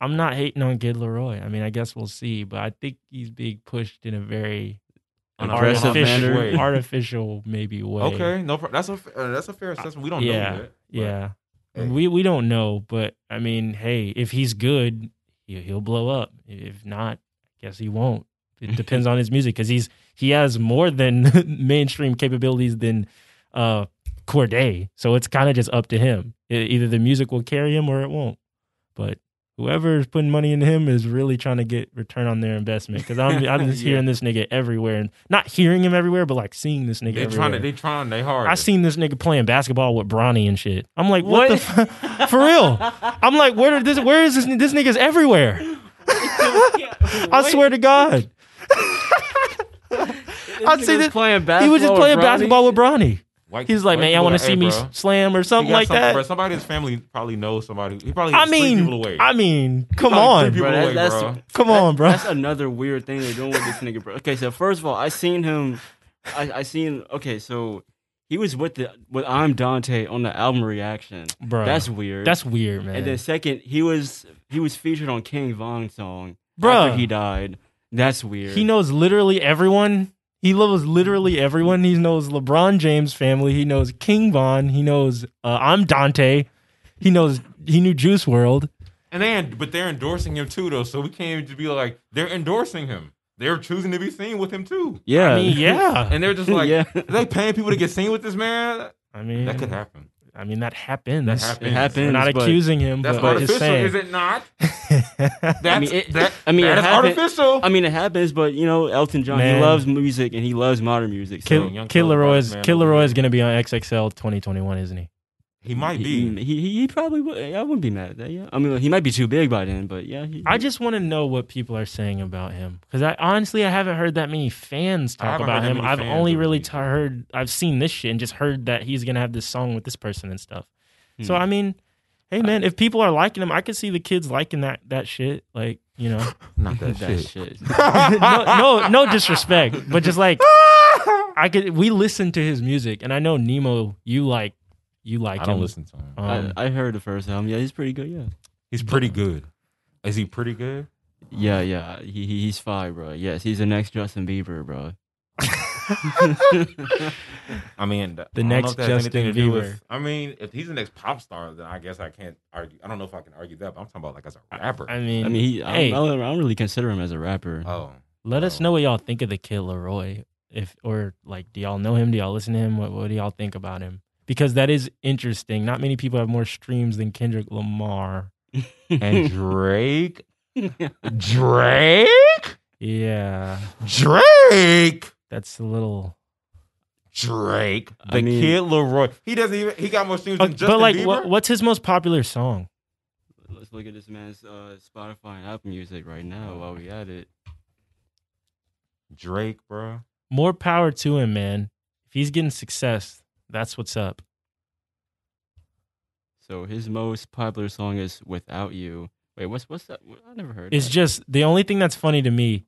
i'm not hating on Gid leroy i mean i guess we'll see but i think he's being pushed in a very An aggressive manner. artificial, artificial maybe way okay. No, pro- that's a fa- uh, that's a fair assessment. We don't yeah, know yet. but- yeah Hey. we we don't know but i mean hey if he's good he, he'll blow up if not i guess he won't <laughs> it depends on his music because he's he has more than <laughs> mainstream capabilities than uh Corday. So it's kind of just up to him. E- Either the music will carry him or it won't. But whoever is putting money into him is really trying to get return on their investment. Because I'm, <laughs> I'm just Yeah. hearing this nigga everywhere, and not hearing him everywhere, but like seeing this nigga They everywhere. trying to they trying they hard. I seen this nigga playing basketball with Bronny and shit. I'm like, what, the f- for real? I'm like, where did this? Where is this? ni- This nigga's everywhere. I swear to God, I see this. playing basketball. He was just with playing Bronny. basketball with Bronny. White- He's like, white man, people y'all want are, to see "Hey, me bro, s- slam or he something got like something that. for us." Somebody in his family probably knows somebody. He probably I three people mean, away. I mean, come Probably on, three people Bro, away, that's- bro. come on, bro. That's another weird thing they're doing with this nigga, bro. Okay, so first of all, I seen him. I, I seen. Okay, so he was with the with I'm Dante on the album reaction. Bro, That's weird. That's weird, man. and then second, he was he was featured on King Von's song. Bruh. after he died. That's weird. he knows literally everyone. He loves literally everyone. He knows LeBron James' family. He knows King Von. He knows uh, I'm Dante. He knows he knew Juice World. And then, but they're endorsing him too, though. So we can't even just be like they're endorsing him. They're choosing to be seen with him too. Yeah, I mean, yeah. <laughs> And <laughs> they're just like, Yeah. are they paying people to get seen with this man? I mean, That could happen. I mean, that happens. That happens. it happens. We're not but- accusing him, That's but just artificial, saying. is <laughs> it not? That's I mean, it, that, I mean, it that is happen- artificial. I mean, it happens, but you know, Elton John, Man. he loves music and he loves modern music. So Kid, young Kid Killer Leroy Rock is man Kid over Leroy here. is going to be on XXL 2021, isn't he? He might He, be. he, he probably would. I wouldn't be mad at that. Yeah, I mean, like, he might be too big by then, but yeah. He, I just want to know what people are saying about him because I honestly I haven't heard that many fans I talk haven't about heard that him. many I've fans only over really the t- heard I've seen this shit and just heard that he's gonna have this song with this person and stuff. So Hmm. I mean, hey man, if people are liking him, I could see the kids liking that that shit. Like you know, Not that, that shit. shit. <laughs> no no, no disrespect, but just like I could. We listen to his music, and I know Nemo, you like you like I don't him. listen to him. Um, I, I heard the first album. Yeah, he's pretty good. Yeah, He's pretty good. Is he pretty good? yeah, yeah. He, he he's fine, bro. Yes, he's the next Justin Bieber, bro. I mean, the next Justin Bieber. I mean, if he's the next pop star, then I guess I can't argue. I don't know if I can argue that, but I'm talking about like as a rapper. I mean, I mean, he. I, Hey. don't, I, don't, I don't really consider him as a rapper. <laughs> oh, let us know what y'all think of the kid Leroy. If or like, do y'all know him? Do y'all listen to him? What, what do y'all think about him? Because that is interesting. Not many people have more streams than Kendrick Lamar. and <laughs> Drake, Drake, Yeah, Drake, that's a little. Drake. The I mean- kid Leroy. Uh, He doesn't even. He got more streams than Okay, Justin Uh, but like, Bieber. what, what's his most popular song? Let's look at this man's uh, Spotify and Apple Music right now while we at it. Drake, bro. More power to him, man. If he's getting success, that's what's up. So his most popular song is "Without You." Wait, what's what's that? I never heard. It's that. just the only thing that's funny to me.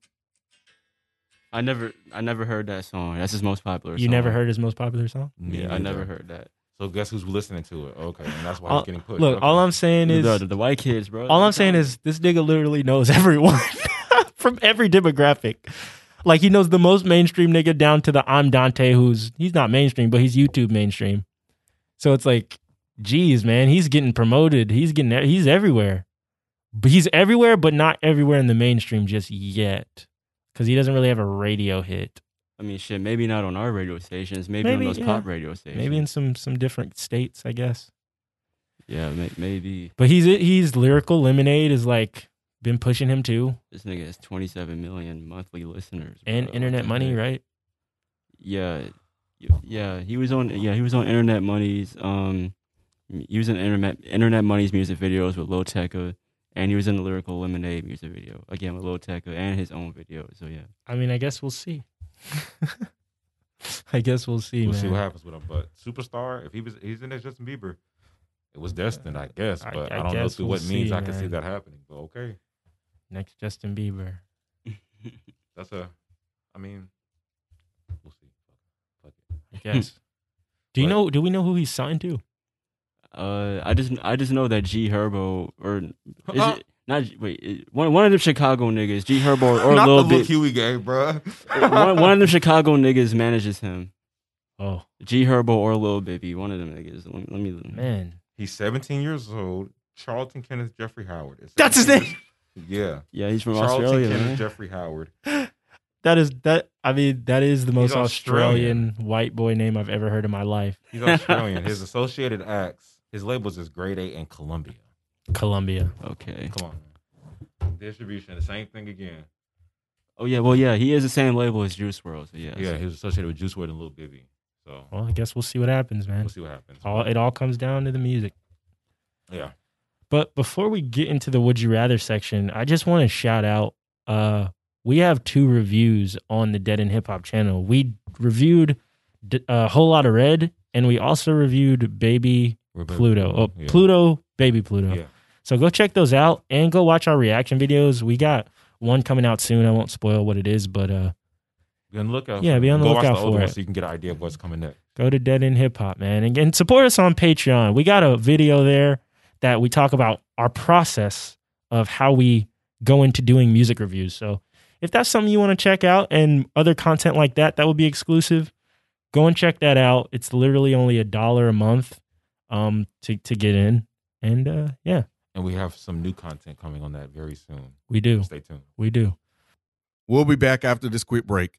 I never I never heard that song. That's his most popular. You song. never heard his most popular song. Me Yeah, I never neither. heard Uh, that. So guess who's listening to it? Okay, and that's why All- he's getting pushed. Look, Okay. all I'm saying is the, the, the white kids, bro. All I'm saying is this nigga literally knows <laughs> everyone from every demographic. Like he knows the most mainstream nigga down to the I'm Dante who's he's not mainstream, but he's YouTube mainstream. So it's like, geez, man, he's getting promoted. He's getting he's everywhere. But he's everywhere, but not everywhere in the mainstream just yet. Cause he doesn't really have a radio hit. I mean, shit. Maybe not on our radio stations. Maybe, Maybe, on those yeah. pop radio stations. Maybe in some some different states, I guess. yeah, may, maybe But he's he's lyrical lemonade is like been pushing him too. this nigga has 27 million monthly listeners And bro. internet What the money, heck? right? Yeah, Y- yeah. He was on. Yeah, he was on Internet Money's. Um, using internet Internet Money's music videos with Lil Tecca, and he was in the Lyrical Lemonade music video again with Lil Tecca and his own video. So <laughs> yeah. I mean, I guess we'll see. <laughs> I guess we'll see, We'll man. see what happens with him. But superstar, if he was, he's the next Justin Bieber. It was destined, I guess. I- But I I, don't know guess through we'll what means see, I can see man. that happening. But okay, Next Justin Bieber. that's a. I mean, we'll see. Fuck it. <laughs> I guess. do you But- know? Do we know who he's signed to? Uh, I just I just know that G Herbo or <laughs> is Uh, it not? G- Wait, it- one one of them Chicago niggas, G Herbo or <laughs> Not Lil the look Bit. Huey gave, bro. <laughs> one, one of them Chicago niggas manages him. Oh G Herbo or Lil Baby, one of them niggas. Let me. Let me man, <laughs> He's 17 years old. Charlton Kenneth Jeffrey Howard. is That's his 17 years- Yeah, Yeah, he's from Charlton Australia. Kenneth Man. Jeffrey Howard. that is that. I mean, that is the most Australian, Australian. white boy name I've ever heard in my life. He's Australian. his associated acts, his labels is Grade A and Columbia. Colombia. Okay. Come on, man. distribution, the same thing again. Oh yeah. Well yeah, he is the same label as Juice World. So yeah. Yeah, he was associated with Juice WRLD and Lil Bibby. So Well, I guess we'll see what happens, man. we'll see what happens. All it all comes down to the music. Yeah. But before we get into the would you rather section, I just want to shout out uh we have two reviews on the Dead and Hip Hop channel. We reviewed D- a whole lot of Red and we also reviewed Baby Pluto. Oh, Yeah. Pluto, Baby Pluto. Yeah. So go check those out and go watch our reaction videos. We got one coming out soon. I won't spoil what it is, but uh Be on the lookout. Yeah, for be it. on the Go lookout watch the old for one it. so you can get an idea of what's coming next. go to Dead End Hip Hop, man, and, and support us on Patreon. We got a video there that we talk about our process of how we go into doing music reviews. So if that's something you want to check out and other content like that, that would be exclusive. Go and check that out. It's literally only a dollar a month um, to to get in, and uh, yeah, And we have some new content coming on that very soon. we do, Stay tuned. we do. We'll be back after this quick break.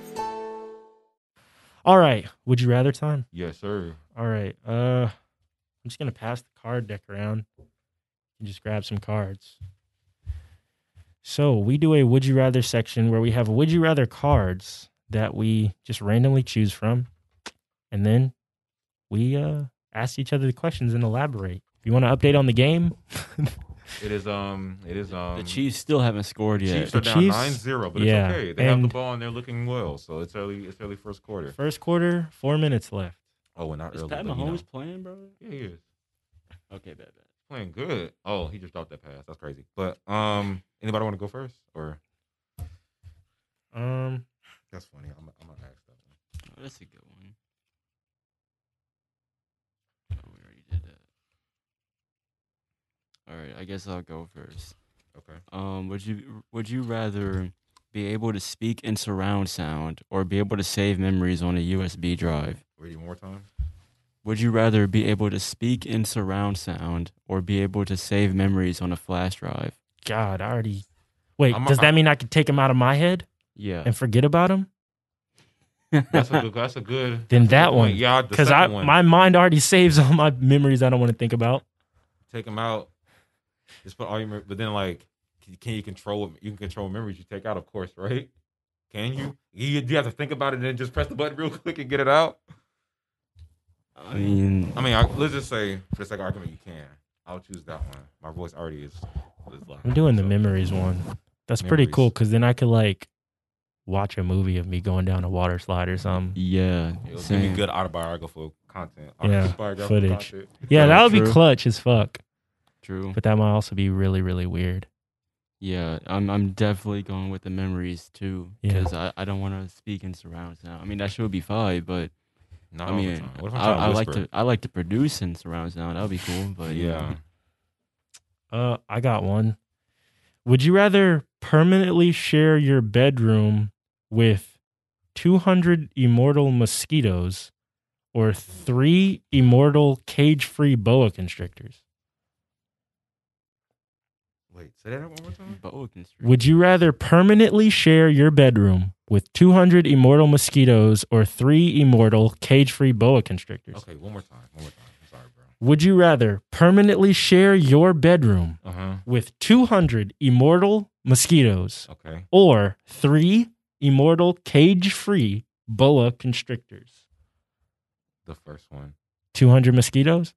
All right. Would you rather time? Yes, sir. All right. Uh, I'm just gonna pass the card deck around and just grab some cards. So we do a would you rather section where we have would you rather cards that we just randomly choose from, and then we uh, ask each other the questions and elaborate. If you want to update on the game, It is um it is um the Chiefs still haven't scored yet. Chiefs are The down Chiefs- 9-0, but yeah, it's okay. They have the and- ball and they're looking well. So it's early it's early first quarter. first quarter, four minutes left. Oh, well, not Is early. Pat but, you know. Mahomes playing, bro? Yeah, he is. Okay, bad, bad. playing good. Oh, he just dropped that pass. That's crazy. But um, anybody want to go first or? Um, That's funny. I'm, I'm gonna ask that one. Oh, that's a good one. Oh, we already did that. All right, I guess I'll go first. Okay. Um, would you would you rather be able to speak in surround sound or be able to save memories on a USB drive? Read it one more time. Would you rather be able to speak in surround sound or be able to save memories on a flash drive? God, I already. Wait, I'm- does I- that mean I could take him out of my head Yeah. and forget about him? That's a good. That's a good. <laughs> Then that's a that good one. Yeah, the Because second I one. my mind already <laughs> saves all my memories I don't want to think about. take them out. Just put all your. mem- But then like, can- can you control? what- You can control memories you take out, of course, right? Can you? You, you have to think about it and then just press the button real quick and get it out. I mean, I mean, I, let's just say for the sake of argument, you can. I'll choose that one. My voice already is. is loud, I'm doing the so. memories one. That's pretty Memories. cool because then I could like watch a movie of me going down a water slide or something. yeah. It'll give me Same. good autobiographical content. Yeah, Autobiographical footage. content. Yeah, Yeah, that would be true. clutch as fuck. True. But that might also be really, really weird. Yeah, I'm I'm definitely going with the memories too Yeah. because I, I don't want to speak in surround sound. I mean that should be fine, but Not I all the mean time. What if I'm I, trying I like whisper? to I like to produce in surround sound. That'd be cool, but you Yeah. know. Uh, I got one. Would you rather permanently share your bedroom with 200 immortal mosquitoes or three immortal cage-free boa constrictors? Wait, say that one more time. boa constrictor. Would you rather permanently share your bedroom with 200 immortal mosquitoes or three immortal cage-free boa constrictors? Okay, one more time. One more time. I'm sorry, bro. Would you rather permanently share your bedroom Uh Uh-huh. huh. with 200 immortal mosquitoes Okay. or three immortal cage free boa constrictors. The first one. 200 mosquitoes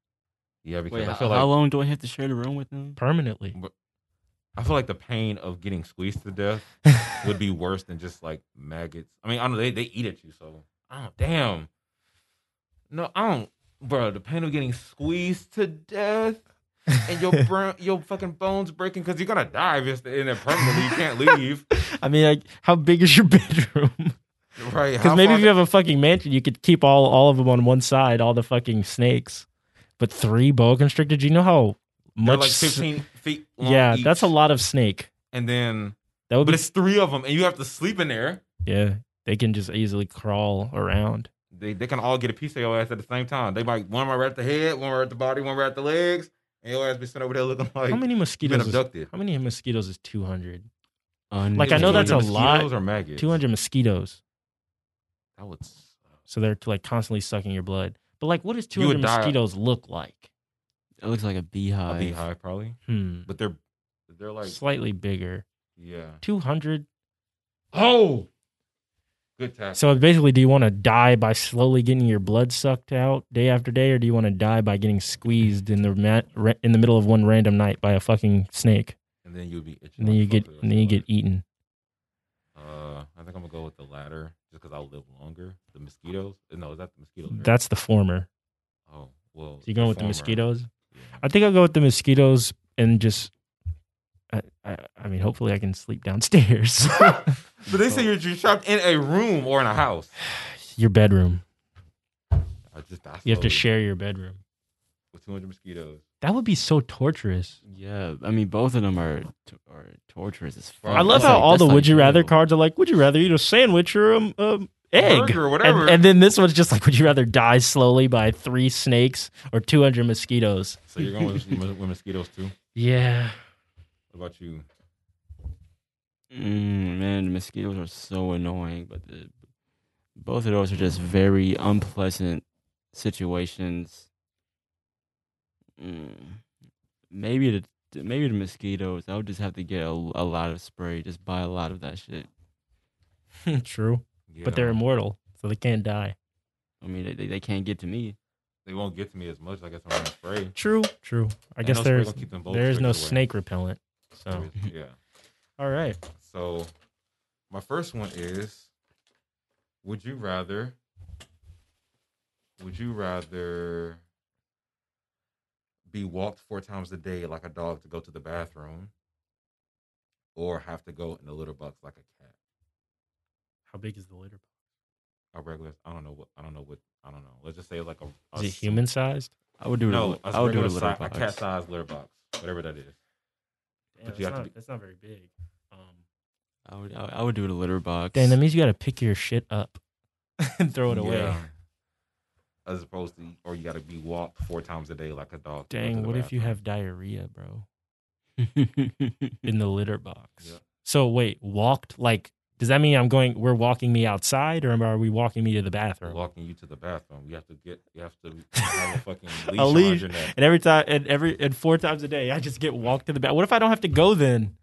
Yeah, because Wait, I how, feel how like long do I have to share the room with them? permanently. I feel like the pain of getting squeezed to death <laughs> would be worse than just like maggots. I mean, I know they, they eat at you, so I don't. Damn. No, I don't, bro. The pain of getting squeezed to death. <laughs> and your bro- your fucking bones breaking because you're gonna die if it's in there permanently. <laughs> You can't leave, I mean, like, how big is your <laughs> bedroom? right? Because How maybe far if you have a fucking mansion, you could keep all, all of them on one side, all the fucking snakes. But three boa constrictors, you know how They're much. like s- 15 feet. Long yeah, that's a each. lot of snake. And then, That would but be. it's three of them, and you have to sleep in there. Yeah, they can just easily crawl around. They they can all get a piece of your ass at the same time. They might one right at the head, one right at the body, one right at the legs, and your ass be sitting over there looking like how many you been mosquitoes? Is, abducted. how many mosquitoes is 200? Un- Like, I know that's a Mosquitoes lot. Or maggots. 200 mosquitoes. That would. So they're like constantly sucking your blood. But like, what does You would 200 die. mosquitoes look like? It looks like a beehive. A beehive probably, Hmm. but they're they're like Slightly bigger. yeah. 200. Oh, good tackle. So basically, do you want to die by slowly getting your blood sucked out day after day, or do you want to die by getting squeezed in the ma- ra- in the middle of one random night by a fucking snake, and then you'll be itching. and then like you get fuck for the rest and then you of your get eaten? Uh, I think I'm gonna go with the latter just because I'll live longer. The mosquitoes? uh, No, is that the mosquitoes? right? That's the former. oh well. So you going with the former. mosquitoes? Yeah. I think I'll go with the mosquitoes and just. I, I, I mean, hopefully, I can sleep downstairs. <laughs> <laughs> But they say you're, you're trapped in a room or in a house. your bedroom. I just die You have to slowly share your bedroom. with 200 mosquitoes. That would be so torturous. Yeah, I mean both of them are t- are torturous as fuck. I I love Oh, That's how like- all that's the like would you rather real. cards are like, would you rather eat a sandwich or um, um egg. burger or whatever. And, and then this one's just like, would you rather die slowly by three snakes or 200 mosquitoes? So you're going with, with mosquitoes too. Yeah. What about you? Mm, man, the mosquitoes are so annoying, but the, both of those are just very unpleasant situations. Mm, maybe the the- maybe the mosquitoes. I would just have to get a, a lot of spray, just buy a lot of that shit. Hmm, True. Yeah, But they're immortal, so they can't die. I mean, they, they, they can't get to me. they won't get to me as much. I guess I'm running spray. True. True. I And guess no spray there's gonna keep them both there's no tricked away. snake repellent. So, Yeah. all right. So my first one is would you rather would you rather be walked four times a day like a dog to go to the bathroom or have to go in a litter box like a cat? How big is the litter? A regular I don't know what I don't know what I don't know. Let's just say like a, a Is it s- human sized? I would do No, it. a I would do regular it. size, a cat size litter box, whatever that is. Damn, But you have to be- that's not very big. Um, I would, I, I would do the litter box. Dang, that means you got to pick your shit up <laughs> and throw it away. Yeah. As opposed to, or you got to be walked four times a day like a dog. to go to Dang, the what if you bathroom. have diarrhea, bro? <laughs> means. In the litter box. Yeah. So wait, walked like does that mean I'm going we're walking me outside or are we walking me to the bathroom? walking you to the bathroom. You have to get, you have to have a <laughs> fucking leash, leash. around your neck. And every time and every and four times a day I just get walked to the bath. What if I don't have to go then?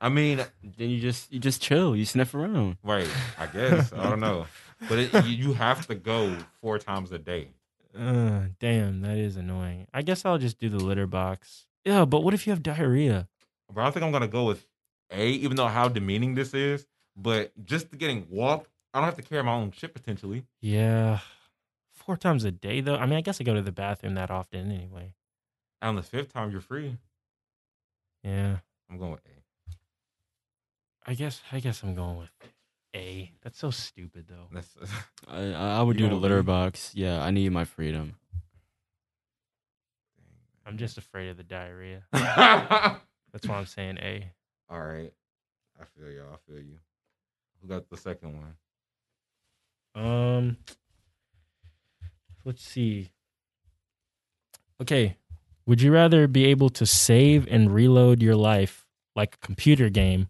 I mean, then you just you just chill. You sniff around. right? I guess I don't know, but it, you, you have to go four times a day. Uh, damn, that is annoying. I guess I'll just do the litter box. Yeah, but what if you have diarrhea? But I think I'm gonna go with A, even though how demeaning this is. But just getting walked, I don't have to carry my own shit potentially. Yeah. Four times a day though. I mean, I guess I go to the bathroom that often anyway. On the fifth time, you're free. Yeah. I'm going with A. I guess I guess I'm going with A. That's so stupid though. That's, <laughs> I, I I would You do the won't litter leave? box. Yeah, I need my freedom. I'm just afraid of the diarrhea. <laughs> All That's why I'm saying A. right, I feel you. I feel you. Who got the second one? Um, let's see. Okay, would you rather be able to save and reload your life like a computer game,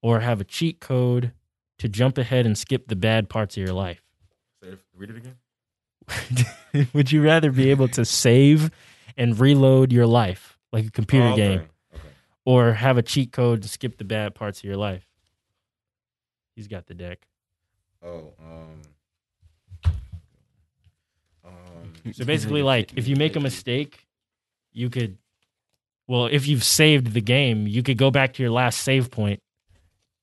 or have a cheat code to jump ahead and skip the bad parts of your life? <laughs> Say it, read it again. would you rather be able to save and reload your life like a computer Oh, okay, game, Okay. or have a cheat code to skip the bad parts of your life? He's got the deck. Oh, um, <laughs> um, So basically, like if you make a mistake, you could, well, if you've saved the game, you could go back to your last save point,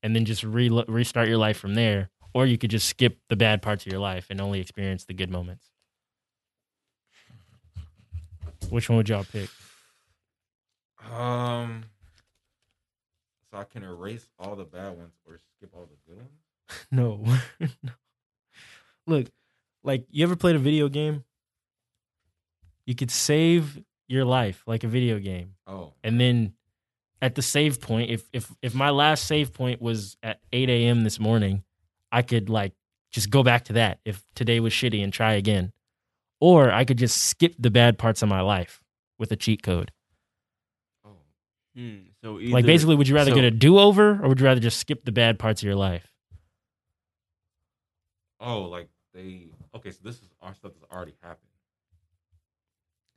and then just re- restart your life from there, or you could just skip the bad parts of your life and only experience the good moments. Which one would y'all pick? um, so I can erase all the bad ones or skip all the good ones. <laughs> No. <laughs> Look, like you ever played a video game? You could save your life like a video game. Oh, and then at the save point if if if my last save point was at 8 a.m this morning i could like just go back to that if today was shitty and try again or i could just skip the bad parts of my life with a cheat code oh, Hmm, so like either- basically would you rather so- get a do-over or would you rather just skip the bad parts of your life oh, like they. Okay, so this is our stuff that's already happened.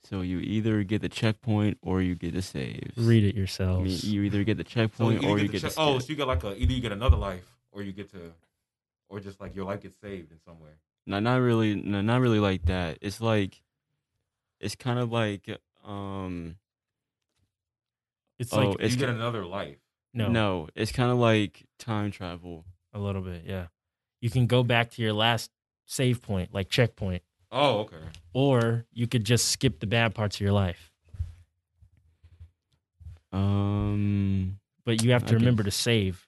So you either get the checkpoint or you get the save. read it I yourselves mean, you either get the So checkpoint either or get you the get the, check- skip. oh, so you get like a either you get another life or you get to, or just like your life gets saved in some way. No, not really. No, not really like that. It's like, it's kind of like, um, it's oh, like it's you get ki- another life. no, no, it's kind of like time travel. a little bit yeah you can go back to your last save point like checkpoint Oh, okay. or you could just skip the bad parts of your life Um, but you have to I remember to guess. save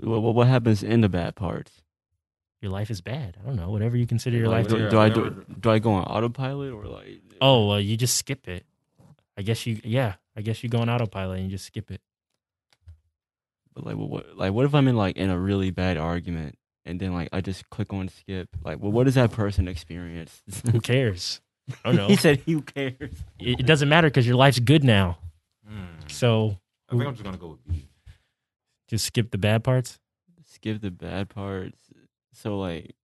what what happens in the bad parts? your life is bad. I don't know, whatever you consider your Like, life. Like, to do, be. do I yeah, do, whatever. do I go on autopilot or like? Oh, well, you just skip it. I guess you, yeah, I guess you go on autopilot and you just skip it. But like, what, like, what if I'm in like in a really bad argument and then like I just click on skip. Like, well, what does that person experience? <laughs> <laughs> Who cares? I don't know. he said, "Who cares?" it, it doesn't matter because your life's good now. Mm. So I think I'm just gonna go with B. just skip the bad parts. Skip the bad parts. So like,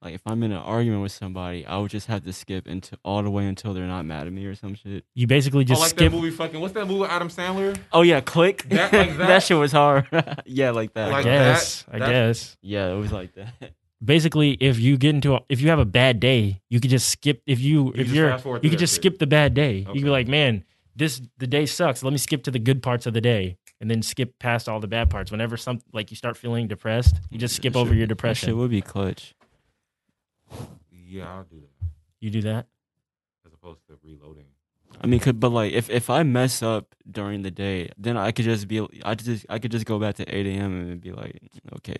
like if I'm in an argument with somebody, I would just have to skip into all the way until they're not mad at me or some shit. You basically Oh, just like skip. that movie. Fucking what's that movie? with Adam Sandler. Oh yeah, click. That- like that? <laughs> that shit was hard. <laughs> yeah, like that. Like- that, guess. I that- guess. yeah, it was like that. Basically, if you get into a, if you have a bad day, you could just skip. If you, if just you're fast forward you through could that just shit. skip the bad day. You could Okay. be like, man, this the day sucks. Let me skip to the good parts of the day, and then skip past all the bad parts. Whenever some like you start feeling depressed, you just skip That over shit- your That shit depression. would be clutch. Yeah, I'll do that You do that. as opposed to reloading. I mean, could, but like if if I mess up during the day, then I could just be I just I could just go back to eight a.m. and be like, okay,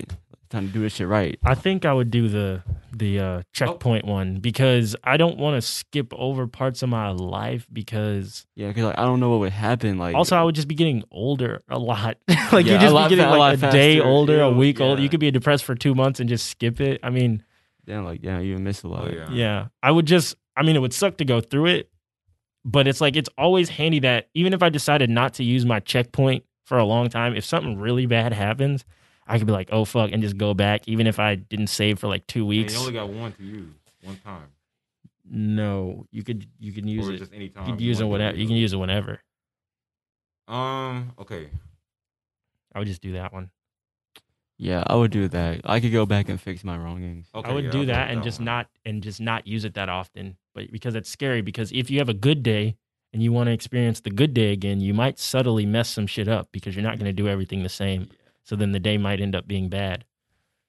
time to do this shit right. I think I would do the the uh, Oh. checkpoint one because I don't want to skip over parts of my life because Yeah, because like, I don't know what would happen. Like also I would just be getting older a lot. <laughs> like Yeah, you a just lot be getting fa- a lot like a day faster, older, a yeah, week older. yeah. You could be depressed for two months and just skip it. I mean, damn, like damn, you missed a lot. Oh yeah. yeah, I would just. I mean, it would suck to go through it, but it's like it's always handy that even if I decided not to use my checkpoint for a long time, if something really bad happens. I could be like, oh fuck, and just go back, even if I didn't save for like two And weeks. you only got one to use one time, No, you could you can use or it. just uh, any time. You can use it want to whenever. You can use it whenever. Um. Okay. I would just do that one. yeah, I would do that. I could go back and fix my wrongings. Okay. I would yeah, I'll do go that with and just one. not and just not use it that often. But because it's scary, because if you have a good day and you want to experience the good day again, you might subtly mess some shit up because you're not going to do everything the same. So then the day might end up being bad.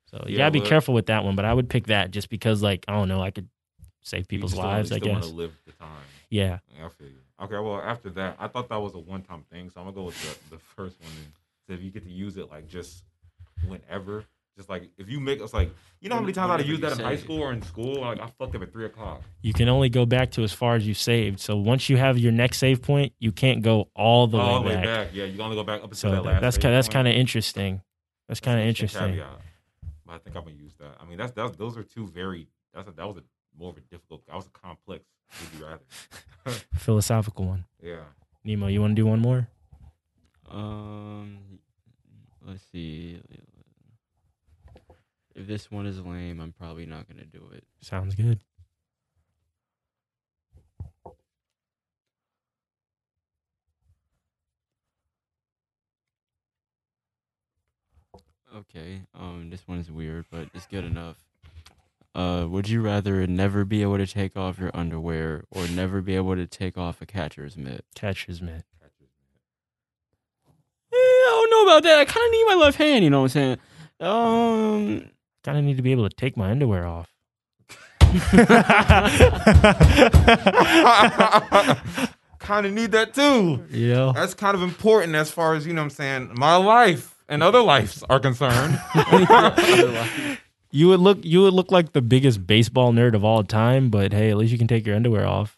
So you Yeah, gotta be well- careful with that one. But I would pick that just because, like, I don't know, I could save You people's just don't- you lives. I still wanna guess. live the time. Yeah. Yeah, I feel you. Okay, well, after that, I thought that was a one-time thing, so I'm gonna go with the, the first one. Then. So if you get to use it, like just whenever, just like if you make us like, you know how many times I'd Whenever use you that in say high it. school or in school? Like I fucked up at three o'clock. You can only go back to as far as you saved. So once you have your next save point, you can't go all the All way back. Yeah, you only go back up until So that that, last. that's save kind that's point. kind of interesting. That's kind of an interesting. caveat. But I think I'm gonna use that. I mean, that's that's those are two very. That's a, that was a more of a difficult. That was a complex. Would you rather? Philosophical one. <laughs> yeah. Nemo, you want to do one more? Um, let's see. If this one is lame, I'm probably not gonna do it. Sounds good. Okay. Um, this one is weird, but it's good enough. Uh, would you rather never be able to take off your underwear or never be able to take off a catcher's mitt? Catcher's mitt. Eh, I don't know about that. I kind of need my left hand. You know what I'm saying? Um, Kind of need to be able to take my underwear off. <laughs> kind of need that too. you know, That's kind of important as far as you know. what I'm saying my life and other lives <laughs> are concerned. you would look you would look like the biggest baseball nerd of all time. But hey, at least you can take your underwear off.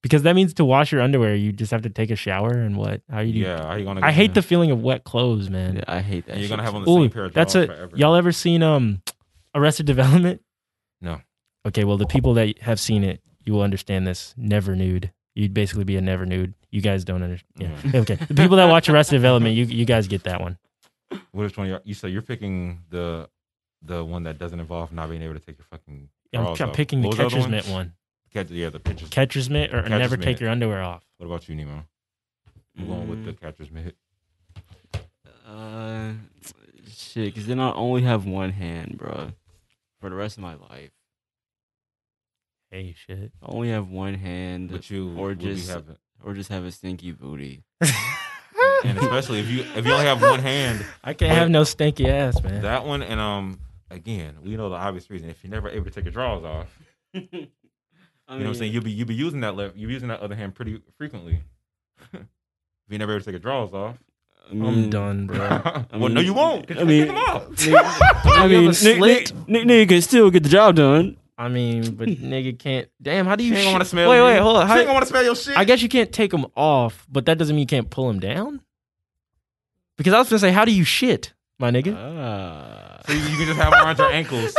Because that means to wash your underwear, you just have to take a shower and what? How you do? yeah, how you gonna? I hate the feeling of wet clothes, man. I hate that. And you're gonna shit have on too. the Ooh, same pair of that's drawers a- forever. Y'all ever seen um Arrested Development? No. Okay, well the people that have seen it, you will understand this. Never nude. You'd basically be a never nude. You guys don't understand. Mm-hmm. Yeah. Okay. The people that watch Arrested Development, you you guys get that one. Which one? You, you so you're picking the the one that doesn't involve not being able to take your fucking. I'm, drawers I'm off. picking the What was other catcher's mitt one. Catch- yeah, the pitcher's. Catcher's mitt or Catcher's never mitt. take your underwear off. what about you, Nemo? I'm going with the Mm. catcher's mitt. Uh, shit, because then I only have one hand, bro, for the rest of my life. Hey shit. I only have one hand, But you or would you just- have it? or just have a stinky booty. and especially if you if you only have one hand, I can't have no stinky ass, man. that one and um again, we know the obvious reason. If you're never able to take your drawers off, I mean, you know what I'm saying? You'll be you'll be using that left you'll be using that other hand pretty frequently. <laughs> if you're never able to take your drawers off. I I'm done, bro. <laughs> well no mean- you won't. 'cause <laughs> I you can't mean- get them off. I mean, Nick, Nick, Nick, Nick can still get the job done. I mean, but nigga can't. Damn, how do She you? ain't sh- gonna wanna smell Wait, you. wait, hold on. She How- ain't gonna wanna smell your shit. I guess you can't take them off, but that doesn't mean you can't Uh, pull them down. Because I was gonna say, how do you shit, my nigga? Ah. So you, you can just have them around <laughs> your ankles.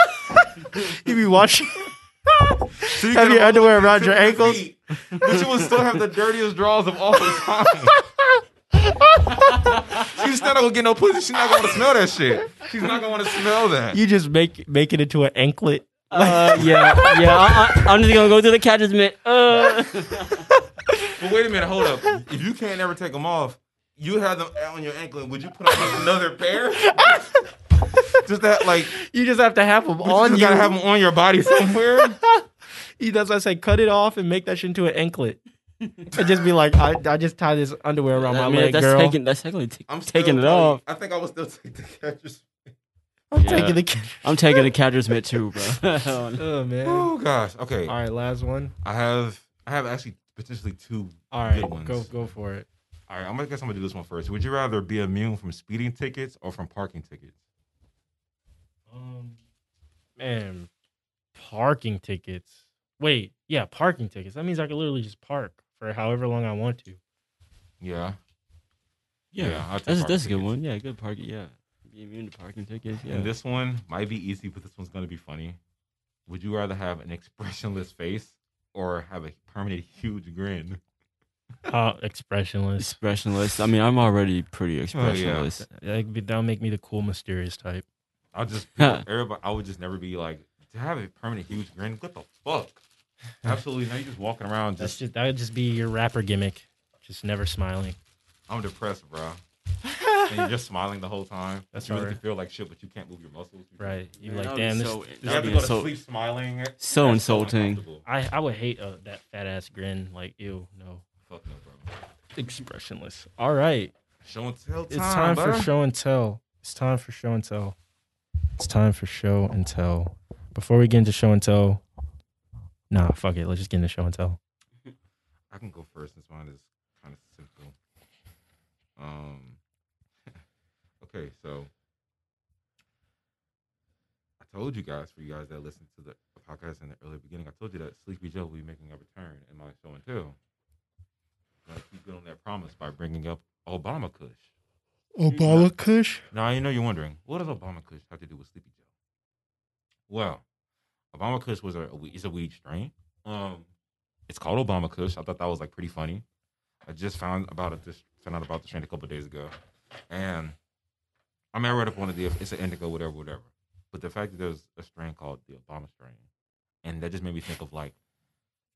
You be watching. <laughs> So Have can your underwear only around fit your two ankles? feet, But you will still have the dirtiest drawers of <laughs> all time. She's not gonna get no pussy. She's not gonna smell that shit. She's not gonna want to smell that. You just make make it into an anklet. Uh, yeah, yeah. I, I, I'm just gonna go through the catcher's mitt. Uh. But wait a minute, hold up. If you can't ever take them off, you have them out on your ankle. and Would you put on <laughs> another pair? Just that, like, You just have to have them on on you you. just gotta have them on your <laughs> body somewhere. You- That's why I say cut it off and make that shit into an <laughs> anklet. And just be like, I, I just tie this underwear around my I mean, leg, that's girl. taking that's technically t- I'm still taking it probably- off. I think I would still take the catcher's. I'm Yeah. taking the <laughs> kid. I'm taking the catcher's mitt too, bro. <laughs> Hell no. Oh man. All Oh gosh. Okay, right, last one. I have I have actually potentially two All right, good ones. go go for it. All right, I'm gonna guess I'm gonna do this one first. Would you rather be immune from speeding tickets or from parking tickets? Um, man, parking tickets. Wait, yeah, parking tickets. That means I can literally just park for however long I want to. Yeah, yeah, Yeah, I'll take that's parking that's a good tickets. one. Yeah, good parking. Yeah, be immune to parking tickets. Yeah, And this one might be easy, but this one's gonna be funny. Would you rather have an expressionless face or have a permanent <laughs> huge grin? How expressionless. expressionless. I mean, I'm already pretty expressionless. That'd be- That'll make me the cool, mysterious type. I'll just everybody. I would just never be like to have a permanent huge grin. What the fuck? Absolutely. Now you're just walking around. That's Just just that would just be your rapper gimmick. Just never smiling. I'm <laughs> depressed, bro. and you're just smiling the whole time. That's you really hard. can feel like shit, but you can't move your muscles. Right. You Man, like, that'd be damn, this, so- this You that'd have be to go insult- to sleep smiling. So That's insulting. uncomfortable. I, I would hate uh, that fat ass grin. Like, ew, no. Fuck no, bro. Expressionless. All right. Show and tell time. It's time for bruh. show and tell. It's time for show and tell. It's time for show and tell. Before we get into show and tell, nah, fuck it. Let's just get into show and tell. I can go first since mine is kind of simple. Um. <laughs> okay, so I told you guys, for you guys that listened to the podcast in the early beginning, I told you that Sleepy Joe will be making a return in my show and tell. I'm gonna keep good on that promise by bringing up Obama Kush. Obama <laughs> Kush? Now you know you're wondering what does Obama Kush have to do with Sleepy Joe? Well, Obama Kush was a, a weed- is a weed strain. Um, it's called Obama Kush. I thought that was like pretty funny. I just found about it. Just found out about the strain a couple days ago, and I mean I read up on it. the- It's an indica, whatever, whatever. But the fact that there's a strain called the Obama strain, and that just made me think of like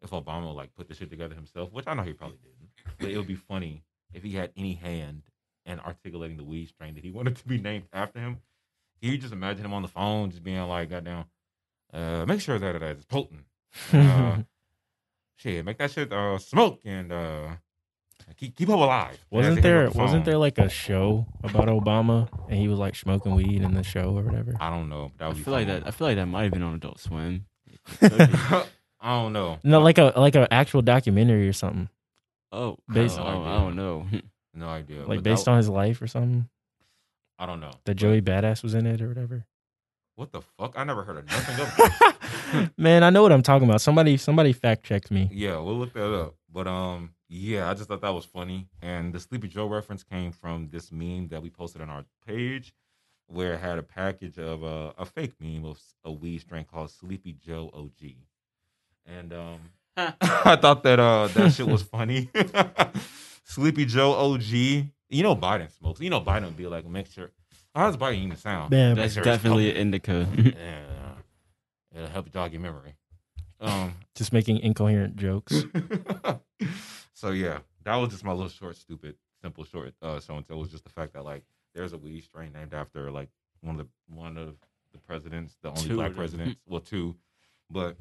if Obama like put this shit together himself, which I know he probably didn't, but it would be funny if he had any hand and articulating the weed strain that he <laughs> wanted to be named after him. Can you just imagine him on the phone just being like, goddamn, uh, make sure that it is potent. <laughs> Uh, shit, make that shit uh, smoke and uh, keep, keep hope alive. wasn't As he hangs there up the wasn't phone. there like a show about Obama and he was like smoking weed in the show or whatever? I don't know. That I would be feel like that. I funny. feel like that might have been on Adult Swim. <laughs> I don't know. No, like a like an actual documentary or something. Oh, Based- oh, I don't know. No idea. Like but based that- on his life or something. I don't know. That Joey Badass was in it or <laughs> whatever. What the fuck? I never heard of <laughs> nothing of that. Man, I know what I'm talking about. Somebody somebody fact checked me. Yeah, we'll look that up. But um, yeah, I just thought that was funny. And the Sleepy Joe reference came from this meme that we posted on our page, where it had a package of uh, a fake meme of a weed strain called Sleepy Joe OG. And um, <laughs> I thought that uh that shit was funny. <laughs> Sleepy Joe OG. You know Biden smokes. You know Biden would be like, make sure. How does Biden even sound? Man, Make That's sure it's definitely an indica. <laughs> potent. Yeah, it'll help jog your memory. Um. Just making incoherent jokes. <laughs> so yeah, that was just my little short, stupid, simple short uh, show and tell. Was just the fact that like there's a weed strain named after like one of the one of the presidents, the only Two black of them. presidents, well two, but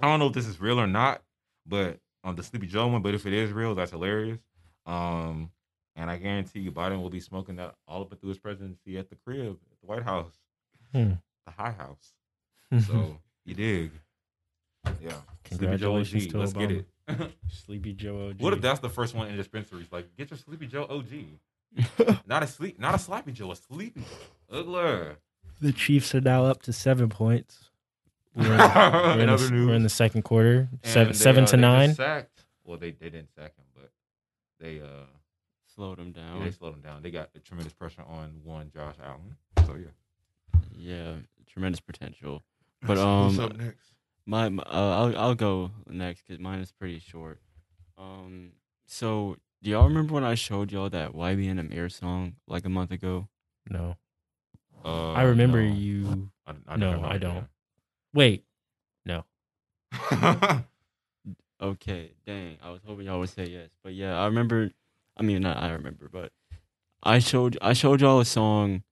I don't know if this is real or not. But on the Sleepy Joe one, but if it is real, that's hilarious. Um, and I guarantee you, Biden will be smoking that all up through his presidency at the crib, at the White House, Hmm. the High House. <laughs> Mm-hmm. So you dig? Yeah. Sleepy Joe OG. Congratulations to Let's get Obama. it. <laughs> Sleepy Joe OG. What if that's the first one in dispensaries? Like, get your Sleepy Joe OG. not a sleep, not a sloppy Joe, a sleepy. Joe. Ugly. the Chiefs are now up to seven points. <laughs> We're in, we're in In the, other news, we're in the second quarter, And seven, they, seven uh, to they just nine. Sacked. Well, they, they didn't sack him, but they uh Slowed him they down. slowed him down. They got the tremendous pressure on one Josh Allen. So yeah, yeah, tremendous potential. So But what's um, up next? my, my- uh, I'll I'll go next because mine is pretty short. Um, so do y'all remember when I showed y'all that YBN Amir song like a month ago? No, Uh, I remember no. you. I, no, have no I idea. don't. <laughs> Wait, no. <laughs> Okay, dang. I was hoping y'all would say yes, but yeah, I remember. I mean, not I remember, but I showed I showed y'all a song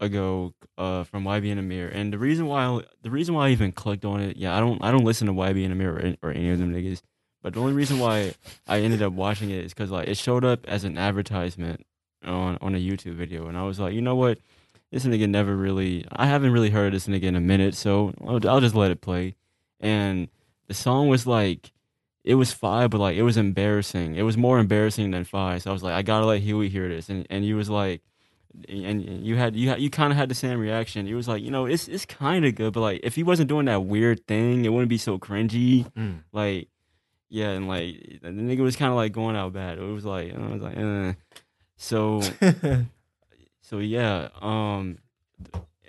ago uh, from YB and Amir, and the reason why I, the reason why I even clicked on it, yeah, I don't I don't listen to YB and Amir or, any- or any of them niggas, but the only reason why I ended up watching it is because like it showed up as an advertisement on on a YouTube video, and I was like, you know what, this nigga never really I haven't really heard this nigga in a minute, so I'll, I'll just let it play, and the song was like it was five, but like it was embarrassing. It was more embarrassing than five. So I was like, I gotta let Huey hear this. And and you was like, and, and you had you had, you kind of had the same reaction. You was like, you know, it's it's kind of good, but like if he wasn't doing that weird thing, it wouldn't be so cringy. Mm. Like, yeah, and like the nigga was kind of like going out bad. It was like I was like, eh. so Uh, so yeah, um,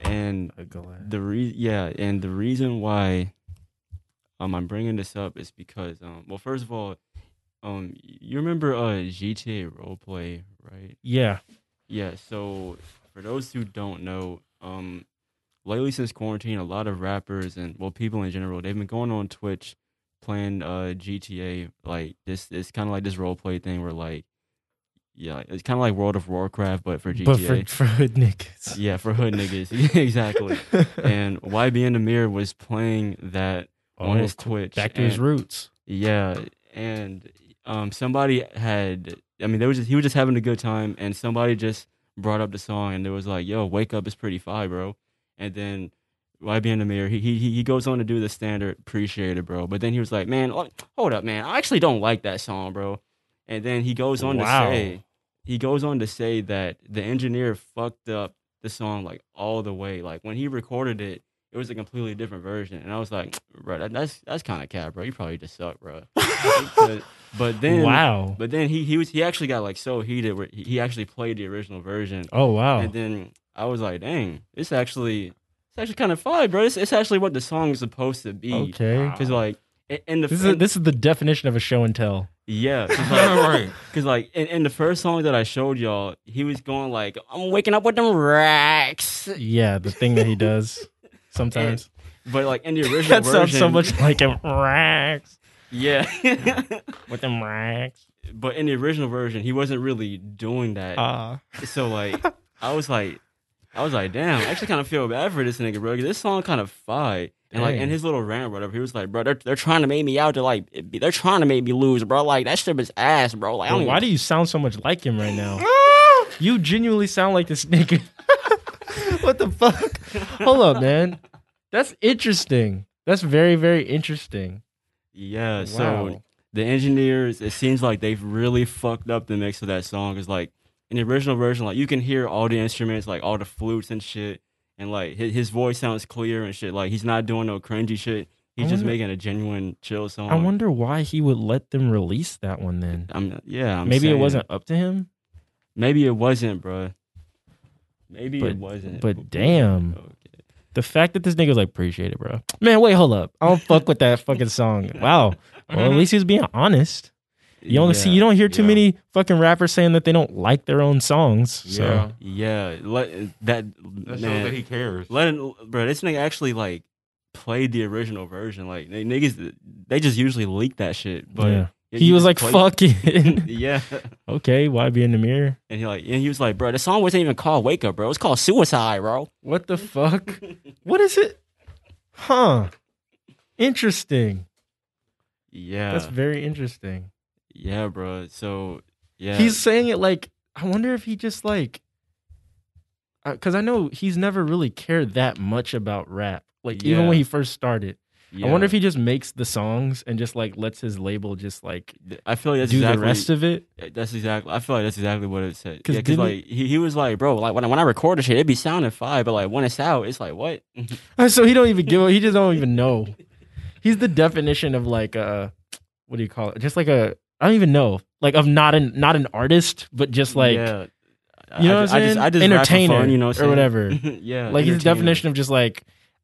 and the re- yeah, and the reason why um I'm bringing this up is because um well first of all um you remember uh GTA roleplay right yeah, yeah so for those who don't know um lately since quarantine a lot of rappers and well people in general they've been going on Twitch playing uh GTA like this it's kind of like this roleplay thing where like yeah it's kind of like World of Warcraft but for GTA but for for hood <laughs> niggas. yeah for hood niggas <laughs> exactly and YBN Amir was playing that Oh, on his Twitch. back to his and- roots. Yeah, and um, somebody had. I mean, they was just he was just having a good time, and somebody just brought up the song, and it was like, "Yo, wake up is pretty fire, bro." And then YBN Amir, he he he goes on to do the standard, appreciate it, bro. But then he was like, "Man, oh, hold up, man, I actually don't like that song, bro." And then he goes on Wow. to say, he goes on to say that the engineer fucked up the song like all the way. Like when he recorded it, it was a completely different version, and I was like, bro, that, that's that's kind of cat, bro. You probably just suck, bro. but, but then, wow. but then he he was he actually got like so heated where he, he actually played the original version, oh wow. and then I was like, dang, it's actually it's actually kind of fine, bro. It's, it's actually what the song is supposed to be. okay. Cause like in- in the This is in- this is the definition of a show and tell. yeah, <laughs> 'cause, like, right. Cause like in, in the first song that I showed y'all, he was going like, "I'm waking up with them racks," Yeah, the thing that he <laughs> does sometimes. but like in the original <laughs> that version, sounds so much like <laughs> him. Racks yeah. <laughs> with them racks. but in the original version, he wasn't really doing that. Ah, so like, I was like, I was like, damn, I actually kind of feel bad for this nigga, bro. 'cause This song kind of fire. And like in Dang. his little rant, or whatever, he was like, bro, they're, they're trying to make me out to like, it be- they're trying to make me lose, bro. Like that shit is ass, bro. Like, I don't why even- do you sound so much like him right <laughs> now? you genuinely sound like this nigga. <laughs> what the fuck? Hold up, man. That's interesting. That's very very interesting. yeah. So Wow. the engineers, it seems like they've really fucked up the mix of that song. Cause like in the original version, like you can hear all the instruments, like all the flutes and shit, and like his, his voice sounds clear and shit. Like he's not doing no cringy shit. He's I just wonder- making a genuine chill song. I wonder why he would let them release that one then. I'm yeah. I'm Maybe it saying. wasn't up to him. Maybe it wasn't, bro. Maybe But- it wasn't. but damn. Okay. The fact that this nigga was like, appreciate it, bro. Man, wait, hold up. I <laughs> don't fuck with that fucking song. Wow. Well, at least he was being honest. You only see, Mm-hmm. Yeah. you don't hear too yeah. many fucking rappers saying that they don't like their own songs. So Yeah. Yeah, let that That shows man. that he cares. let it, bro. This nigga actually like played the original version. Like they, niggas, they just usually leak that shit. But Yeah. yeah, he was just like, played- <laughs> fuck it. <laughs> yeah, okay, why be in the mirror? and he like, and he was like, bro, the song wasn't even called "Wake Up," bro. It was called "Suicide," bro. What the fuck? what is it? Huh. Interesting. Yeah, That's very interesting. yeah, bro. So yeah, He's saying it like, I wonder if he just like, because I know he's never really cared that much about rap. Like, even Yeah. when he first started, I wonder yeah. if he just makes the songs and just like lets his label just like I feel like that's do exactly, the rest of it. That's exactly. I feel like that's exactly what it said. 'Cause Yeah, because didn't- like he, he was like, bro, like when I, when I record this shit, it be sounding fine, but like when it's out, it's like what? <laughs> So he don't even give. a- He just don't even know. He's the definition of like a what do you call it? Just like a I don't even know. Like of not an not an artist, but just like yeah, You know what I'm saying? rap for Entertainer fun, you know what or I'm saying? <laughs> whatever. yeah. like his entertainer. definition of just like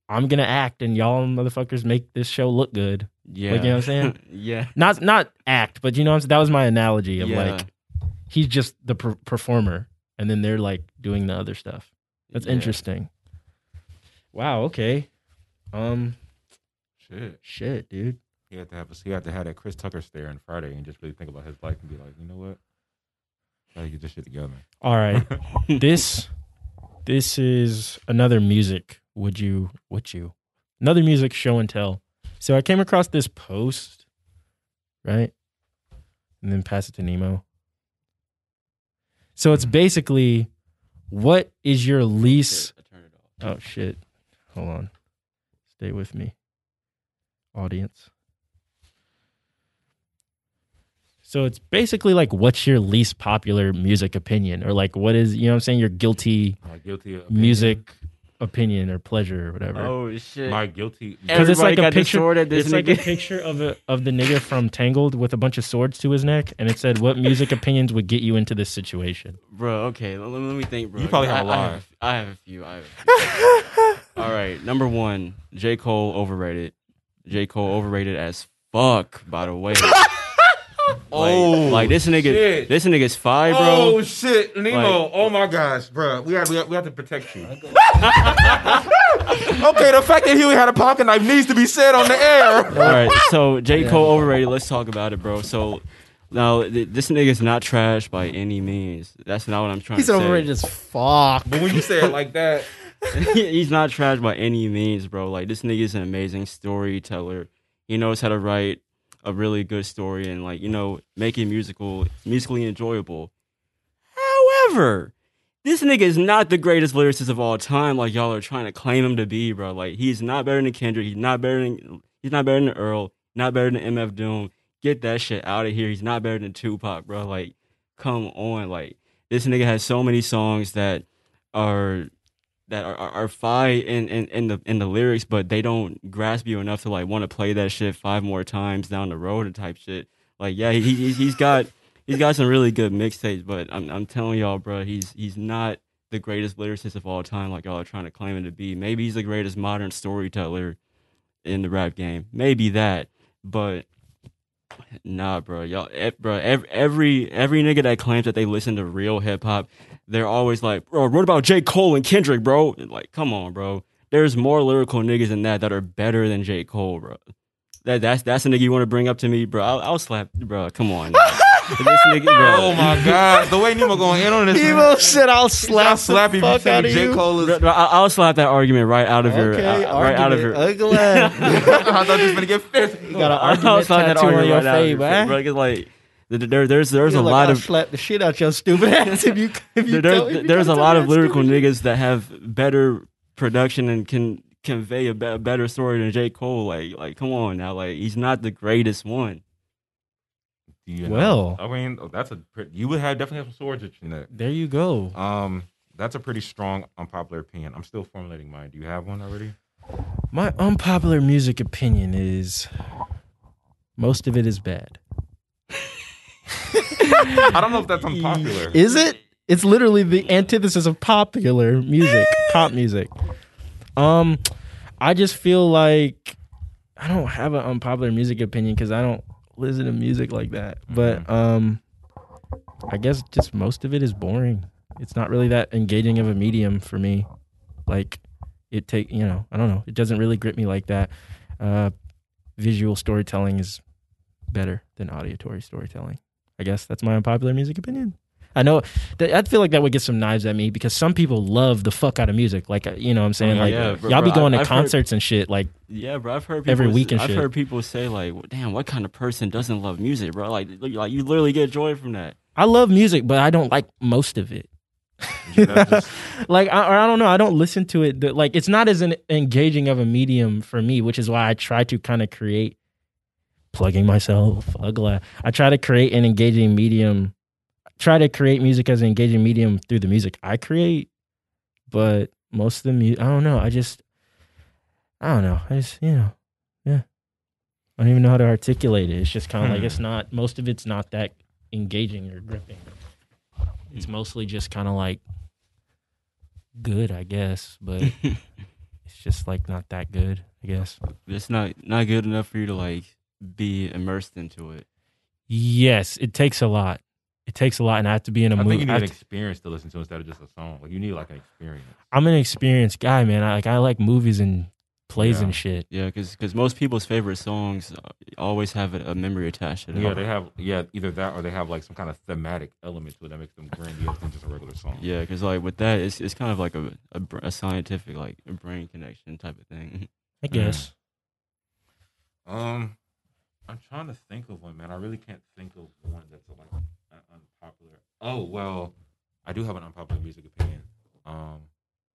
I'm gonna act and y'all motherfuckers make this show look good. Yeah. know what I'm saying? <laughs> yeah. <laughs> Not not act, but you know what I'm saying? that was my analogy of Yeah. like he's just the per- performer and then they're like doing the other stuff. That's Yeah. interesting. Wow, okay. Um Shit. shit, dude. He had to have he had to have that Chris Tucker stare on Friday and just really think about his life and be like, you know what? Gotta get this shit together. All <laughs> right. this this is another music would you would you another music show and tell so i came across this post right and then pass it to nemo so it's basically what is your least Shit, I turned it off. oh shit hold on stay with me audience so it's basically like what's your least popular music opinion or like what is you know what i'm saying your guilty My guilty opinion- music opinion or pleasure or whatever. Oh shit. My guilty. Because it's Everybody like a got the picture. sword at this It's like a <laughs> nigga. picture of a, of the nigga from Tangled with a bunch of swords to his neck, and it said, "What <laughs> music opinions would get you into this situation?" <laughs> Bro, okay, let, let me think, bro. You probably I- have a I lot. have, I have a few. I have a <laughs> few. All right, number one, J. Cole overrated. J. Cole overrated as fuck, by the <laughs> way. Like- Oh, like, this nigga, shit. this nigga's five, bro. Oh shit, Nemo! Like- oh my gosh, bro, we have, we have we have to protect you. <laughs> okay, the fact that he had a pocket knife needs to be said on the air. <laughs> All right, so J. Cole overrated. Let's talk about it, bro. So now th- this nigga's not trash by any means. That's not what I'm trying He's to say. overrated as fuck. But when you say it like that, <laughs> he's not trash by any means, bro. Like this nigga's an amazing storyteller. He knows how to write a really good story and like you know make it musical, musically enjoyable. However, this nigga is not the greatest lyricist of all time. Like y'all are trying to claim him to be, bro. Like he's not better than Kendrick. He's not better than he's not better than Earl. Not better than MF Doom. Get that shit out of here. He's not better than Tupac, bro. Like come on, like this nigga has so many songs that are that are, are, are fine in, in, in the in the lyrics, but they don't grasp you enough to like want to play that shit five more times down the road and type shit. Like, yeah, he, he he's got he's got some really good mixtapes, but I'm I'm telling y'all, bro, he's he's not the greatest lyricist of all time, like y'all are trying to claim him to be. Maybe he's the greatest modern storyteller in the rap game. Maybe that, but. Nah, bro, y'all, eh, bro, every, every every nigga that claims that they listen to real hip hop, they're always like, bro, what about J. Cole and Kendrick, bro? And like, come on, bro. There's more lyrical niggas than that that are better than J. Cole, bro. That that's that's a nigga you want to bring up to me, bro. I'll, I'll slap, bro. Come <laughs> on, now. this nigga, bro. oh my god, the way Nemo going in on this, <laughs> Nemo said, "I'll slap, I'll slap you the if you fuck say out of J you." Cole is. Bro, bro, I'll I'll slap that argument right out of your, okay, uh, right out of your. <laughs> <laughs> I thought this was gonna get fierce. you got an I'll uh, argument slap that tattoo on argument your right out of your face, face, bro. man. 'cause, like, there- there, there's there's a lot of slap the "Oh, shit out your stupid ass if you. If there, there- there's a lot of lyrical niggas that have better production and can convey a be- better story than J. Cole. Like, like, come on now, like he's not the greatest one. You Well. I mean, oh, that's a pretty, you would have definitely have some swords at your neck. There you go. Um, that's a pretty strong, unpopular opinion. I'm still formulating mine. Do you have one already? My unpopular music opinion is most of it is bad. I don't know if that's unpopular. Is it? It's literally the antithesis of popular music, pop music. Um, I just feel like I don't have an unpopular music opinion because I don't listen to music like that. But um, I guess just most of it is boring. It's not really that engaging of a medium for me. Like it take you know I don't know. It doesn't really grip me like that. Uh, visual storytelling is better than auditory storytelling. I guess that's my unpopular music opinion. I know. Th- I feel like that would get some knives at me because some people love the fuck out of music. Like uh, you know, what I'm saying yeah, like Oh, yeah, bro, y'all be bro, going I- to I've heard- concerts and shit. Like Yeah, bro. I've heard people Every week and I've shit. heard people say like, "Well, "Damn, what kind of person doesn't love music, bro?" Like, look, like you literally get joy from that. I love music, but I don't like most of it. That's just- like I, or I don't know, I don't listen to it. That, like it's not as an engaging of a medium for me, which is why I try to kind of create plugging myself. Ugla. I try to create an engaging medium. Try to create music as an engaging medium through the music I create, but most of the music, I don't know. I just, I don't know. I just, you know, yeah. I don't even know how to articulate it. It's just kind of like Hmm. it's not. Most of it's not that engaging or gripping. It's mostly just kind of like good, I guess, but it's just like not that good, I guess. it's not not good enough for you to like be immersed into it. Yes, it takes a lot. It takes a lot, and I have to be in a I mood. think you need I an have to- experience to listen to instead of just a song. Like you need like an experience. I'm an experienced guy, man. I, like I like movies and plays Yeah. and shit. Yeah, because most people's favorite songs uh, always have a, a memory attached to them. Yeah, they have yeah either that or they have like some kind of thematic element to it that makes them grandiose than just a regular song. Yeah, because like with that, it's it's kind of like a a, br- a scientific like a brain connection type of thing. I guess. Um, I'm trying to think of one, man. I really can't think of one that's like an unpopular. Oh well, I do have an unpopular music opinion. Um,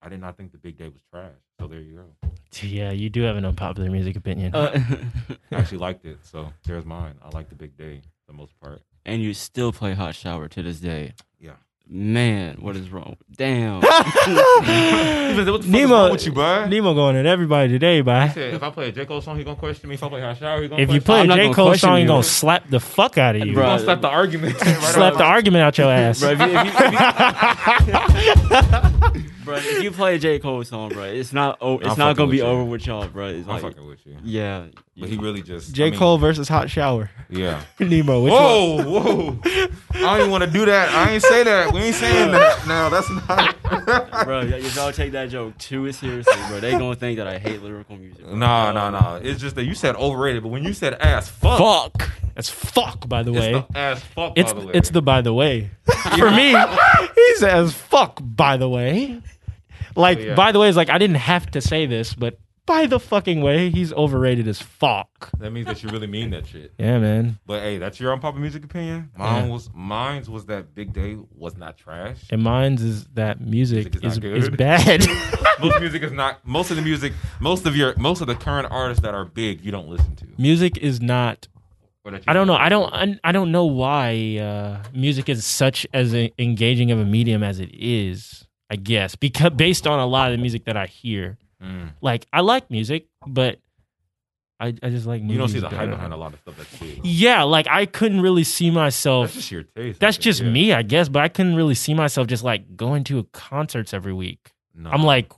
I did not think the Big Day was trash, so there you go. Yeah, you do have an unpopular music opinion. I actually liked it, so there's mine. I like the Big Day for the most part. <laughs> and you still play Hot Shower to this day. Yeah. Man, what is wrong? <laughs> Damn. What the fuck is Nemo- wrong with you, bud? Nemo going at everybody today, He by said, if I play a J. Cole song, he gonna question me. If I play Hot Shower, he gonna if you question play a I'm not J gonna Cole question song, you you. gonna slap the fuck out of you. me. Bruh. I'm gonna slap the argument. right <laughs> Slap the away. argument out your ass. Bro, if you, if you- Bruh, if you play a J Cole song, bro, it's not o- it's I'm not fucking gonna be with you. over with y'all, bro. <laughs> It's I'm like, fucking with you, yeah, but he really just I J mean, Cole versus Hot Shower. Yeah. <laughs> Nemo, which one? Whoa, whoa! I don't even want to do that. I ain't say that. We ain't <laughs> saying that. No, that's not. bro. If y'all take that joke too seriously, bro, they gonna think that I hate lyrical music. bro. No, no, no. It's just that you said overrated, but when you said ass fuck, Fuck. That's fuck. By the it's way, the ass fuck. it's by the way. it's the by the way. For me, <laughs> he says fuck. By the way, like Yeah. by the way is like I didn't have to say this, but by the fucking way, he's overrated as fuck. that means that you really mean that shit. Yeah, man. But hey, that's your unpopular music opinion. Mine Yeah. was mine's was that Big Day was not trash. And mine's is that music Music is is, not is good. bad. <laughs> <laughs> most music is not. Most of the music, most of your, most of the current artists that are big, you don't listen to. music is not. Or that you I don't know. I don't. I- I don't know why uh, music is such as a, engaging of a medium as it is. I guess because based on a lot of the music that I hear, Mm. like I like music, but I, I just like movies You don't see the better. hype behind a lot of stuff that's big. Yeah, like I couldn't really see That's myself. just your taste. I That's think, just yeah. me, I guess, but I couldn't really see myself just like going to concerts every week. No. I'm like,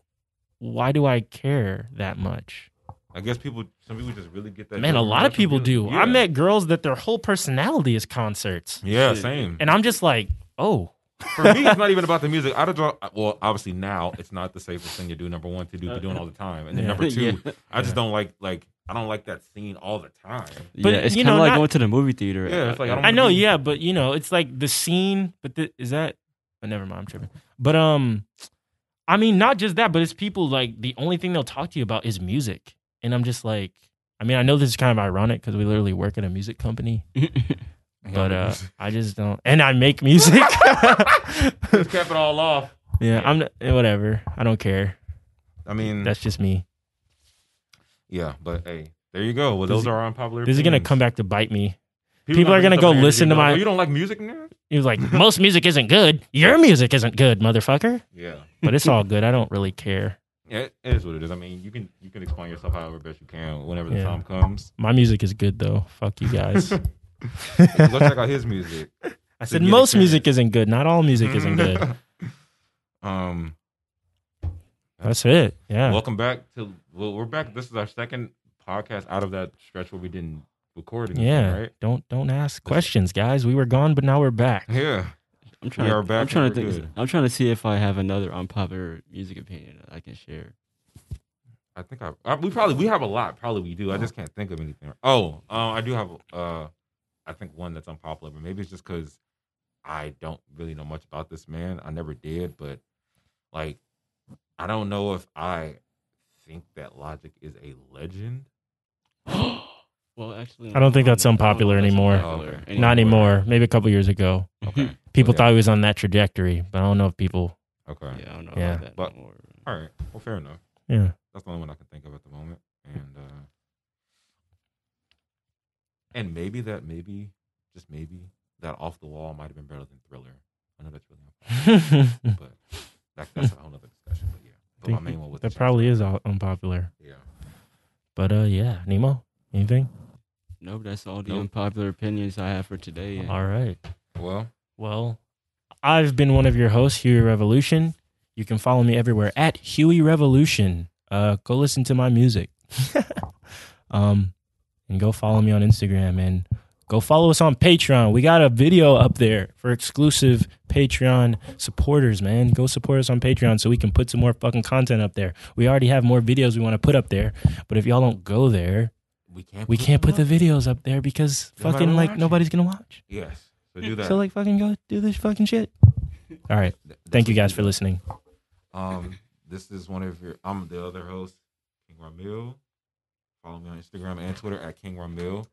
why do I care that much? I guess people, some people just really get that. Man, a dopamine lot of rush people from do. music. I met girls that their whole personality is concerts. Yeah, Shit. same. And I'm just like, oh, For me, it's not even about the music. I don't draw. Well, obviously now it's not the safest thing to do. Number one, to do be doing all the time, and then <laughs> Yeah. number two, Yeah. I just don't like like I don't like that scene all the time. But, yeah, it's you kind of know, like not- going to the movie theater. Yeah, it's like, I don't I know, be- yeah, but you know, it's like the scene. But the, is that? But never mind, I'm tripping. But um, I mean, not just that, but it's people like the only thing they'll talk to you about is music, and I'm just like, I mean, I know this is kind of ironic because we literally work at a music company, but uh, I just don't, and I make music. just cap it all off. yeah, I'm not- whatever. I don't care. I mean, That's just me. yeah, but hey, there you go. Well, This those is- are our unpopular. This is gonna opinions. come back to bite me. people are gonna go gonna hate listen to you, though. my- Oh, you don't like music, man? He was like, most music isn't good. Your music isn't good, motherfucker. Yeah. But it's all good. I don't really care. Yeah, it it is what it is. I mean, you can you can explain yourself however best you can whenever the Yeah. time comes. My music is good though. Fuck you guys. Go check out his <laughs> music. I to said get most experience. music isn't good. Not all music isn't Mm-hmm. good. <laughs> um, That's it. Yeah. welcome back to well, we're back. This is our second podcast out of that stretch where we didn't record anything, yeah. right? Don't don't ask questions, guys. We were gone, but now we're back. Yeah. I'm trying. are To, back I'm trying to and we're think. good. I'm trying to see if I have another unpopular music opinion that I <gasps> can share. I think I, I we probably we have a lot. Probably we do. I just can't think of anything. Oh, uh, I do have uh, I think one that's unpopular, but maybe it's just because I don't really know much about this man. I never did, but like, I don't know if I think that Logic is a legend. Well, actually, I don't think that's no, I unpopular think that's anymore. unpopular Not Not anymore. Maybe a couple years ago. Okay. People Yeah. thought he was on that trajectory, but I don't know if people Okay. Yeah, I don't know Yeah. about that But- anymore. All right. Well, fair enough. Yeah. <laughs> That's the only one I can think of at the moment. And uh and maybe that maybe just maybe that off the wall might have been better than Thriller. I know that's really <laughs> that unpopular, but that, that's a whole other discussion. But yeah, but my main one was the Chance probably Rapper. is all unpopular. Yeah, But uh yeah, Nemo, anything? Nope, that's all the Nope. unpopular opinions I have for today. All right. well, Well, I've been one of your hosts, Huey Revolution. You can follow me everywhere at Huey Revolution. Uh, go listen to my music. um, and go follow me on Instagram and go follow us on Patreon. We got a video up there for exclusive Patreon supporters, man. Go support us on Patreon so we can put some more fucking content up there. We already have more videos we want to put up there, but if y'all don't go there, We can't. we can't put the them up. videos up there because Nobody fucking will like watch it. nobody's gonna watch. Yes. So do that. So like fucking go do this fucking shit. <laughs> All right. Th- that's Thank you what guys do. for listening. Um, this is one of your. I'm the other host, King Ramil. Follow me on Instagram and Twitter at King Ramil.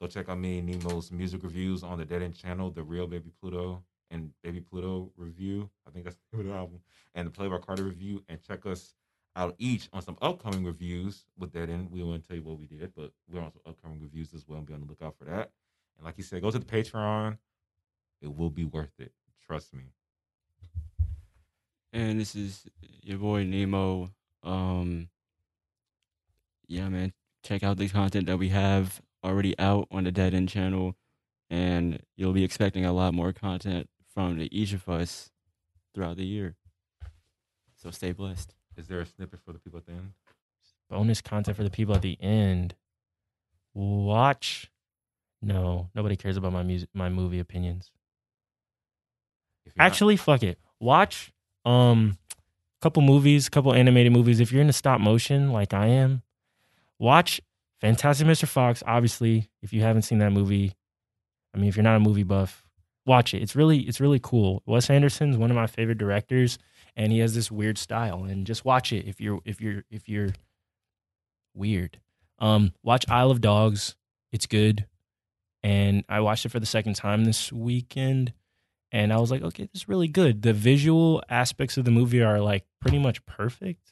Go check out me and Nemo's music reviews on the Dead End channel, The Real Baby Pluto and Baby Pluto review. I think that's the name of the album. And the Play by Carter review. And check us out each on some upcoming reviews with Dead End. We won't tell you what we did, but we're on some upcoming reviews as well. And be on the lookout for that. And like you said, go to the Patreon. It will be worth it. Trust me. And this is your boy Nemo. Um, yeah, man, check out the content that we have already out on the Dead End channel, and you'll be expecting a lot more content from the each of us throughout the year. So stay blessed. Is there a snippet for the people at the end? Bonus content for the people at the end. Watch. No, nobody cares about my music, my movie opinions. If you're not- Actually, fuck it. Watch um a couple movies, a couple animated movies. If you're into stop motion like I am, watch Fantastic Mr. Fox. Obviously, if you haven't seen that movie, I mean, if you're not a movie buff, watch it. It's really it's really cool. Wes Anderson's one of my favorite directors, and he has this weird style. And just watch it if you're if you're if you're weird. Um, watch Isle of Dogs. It's good. And I watched it for the second time this weekend and I was like, okay, this is really good. The visual aspects of the movie are like pretty much perfect,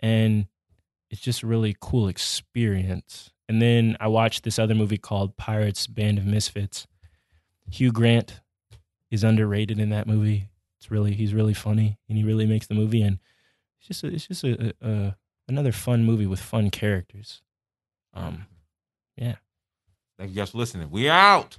and it's just a really cool experience. And then I watched this other movie called Pirates Band of Misfits. Hugh Grant is underrated in that movie. It's really he's really funny, and he really makes the movie. And it's just a, it's just a, a, a another fun movie with fun characters. Um, Thank you guys for listening. We out.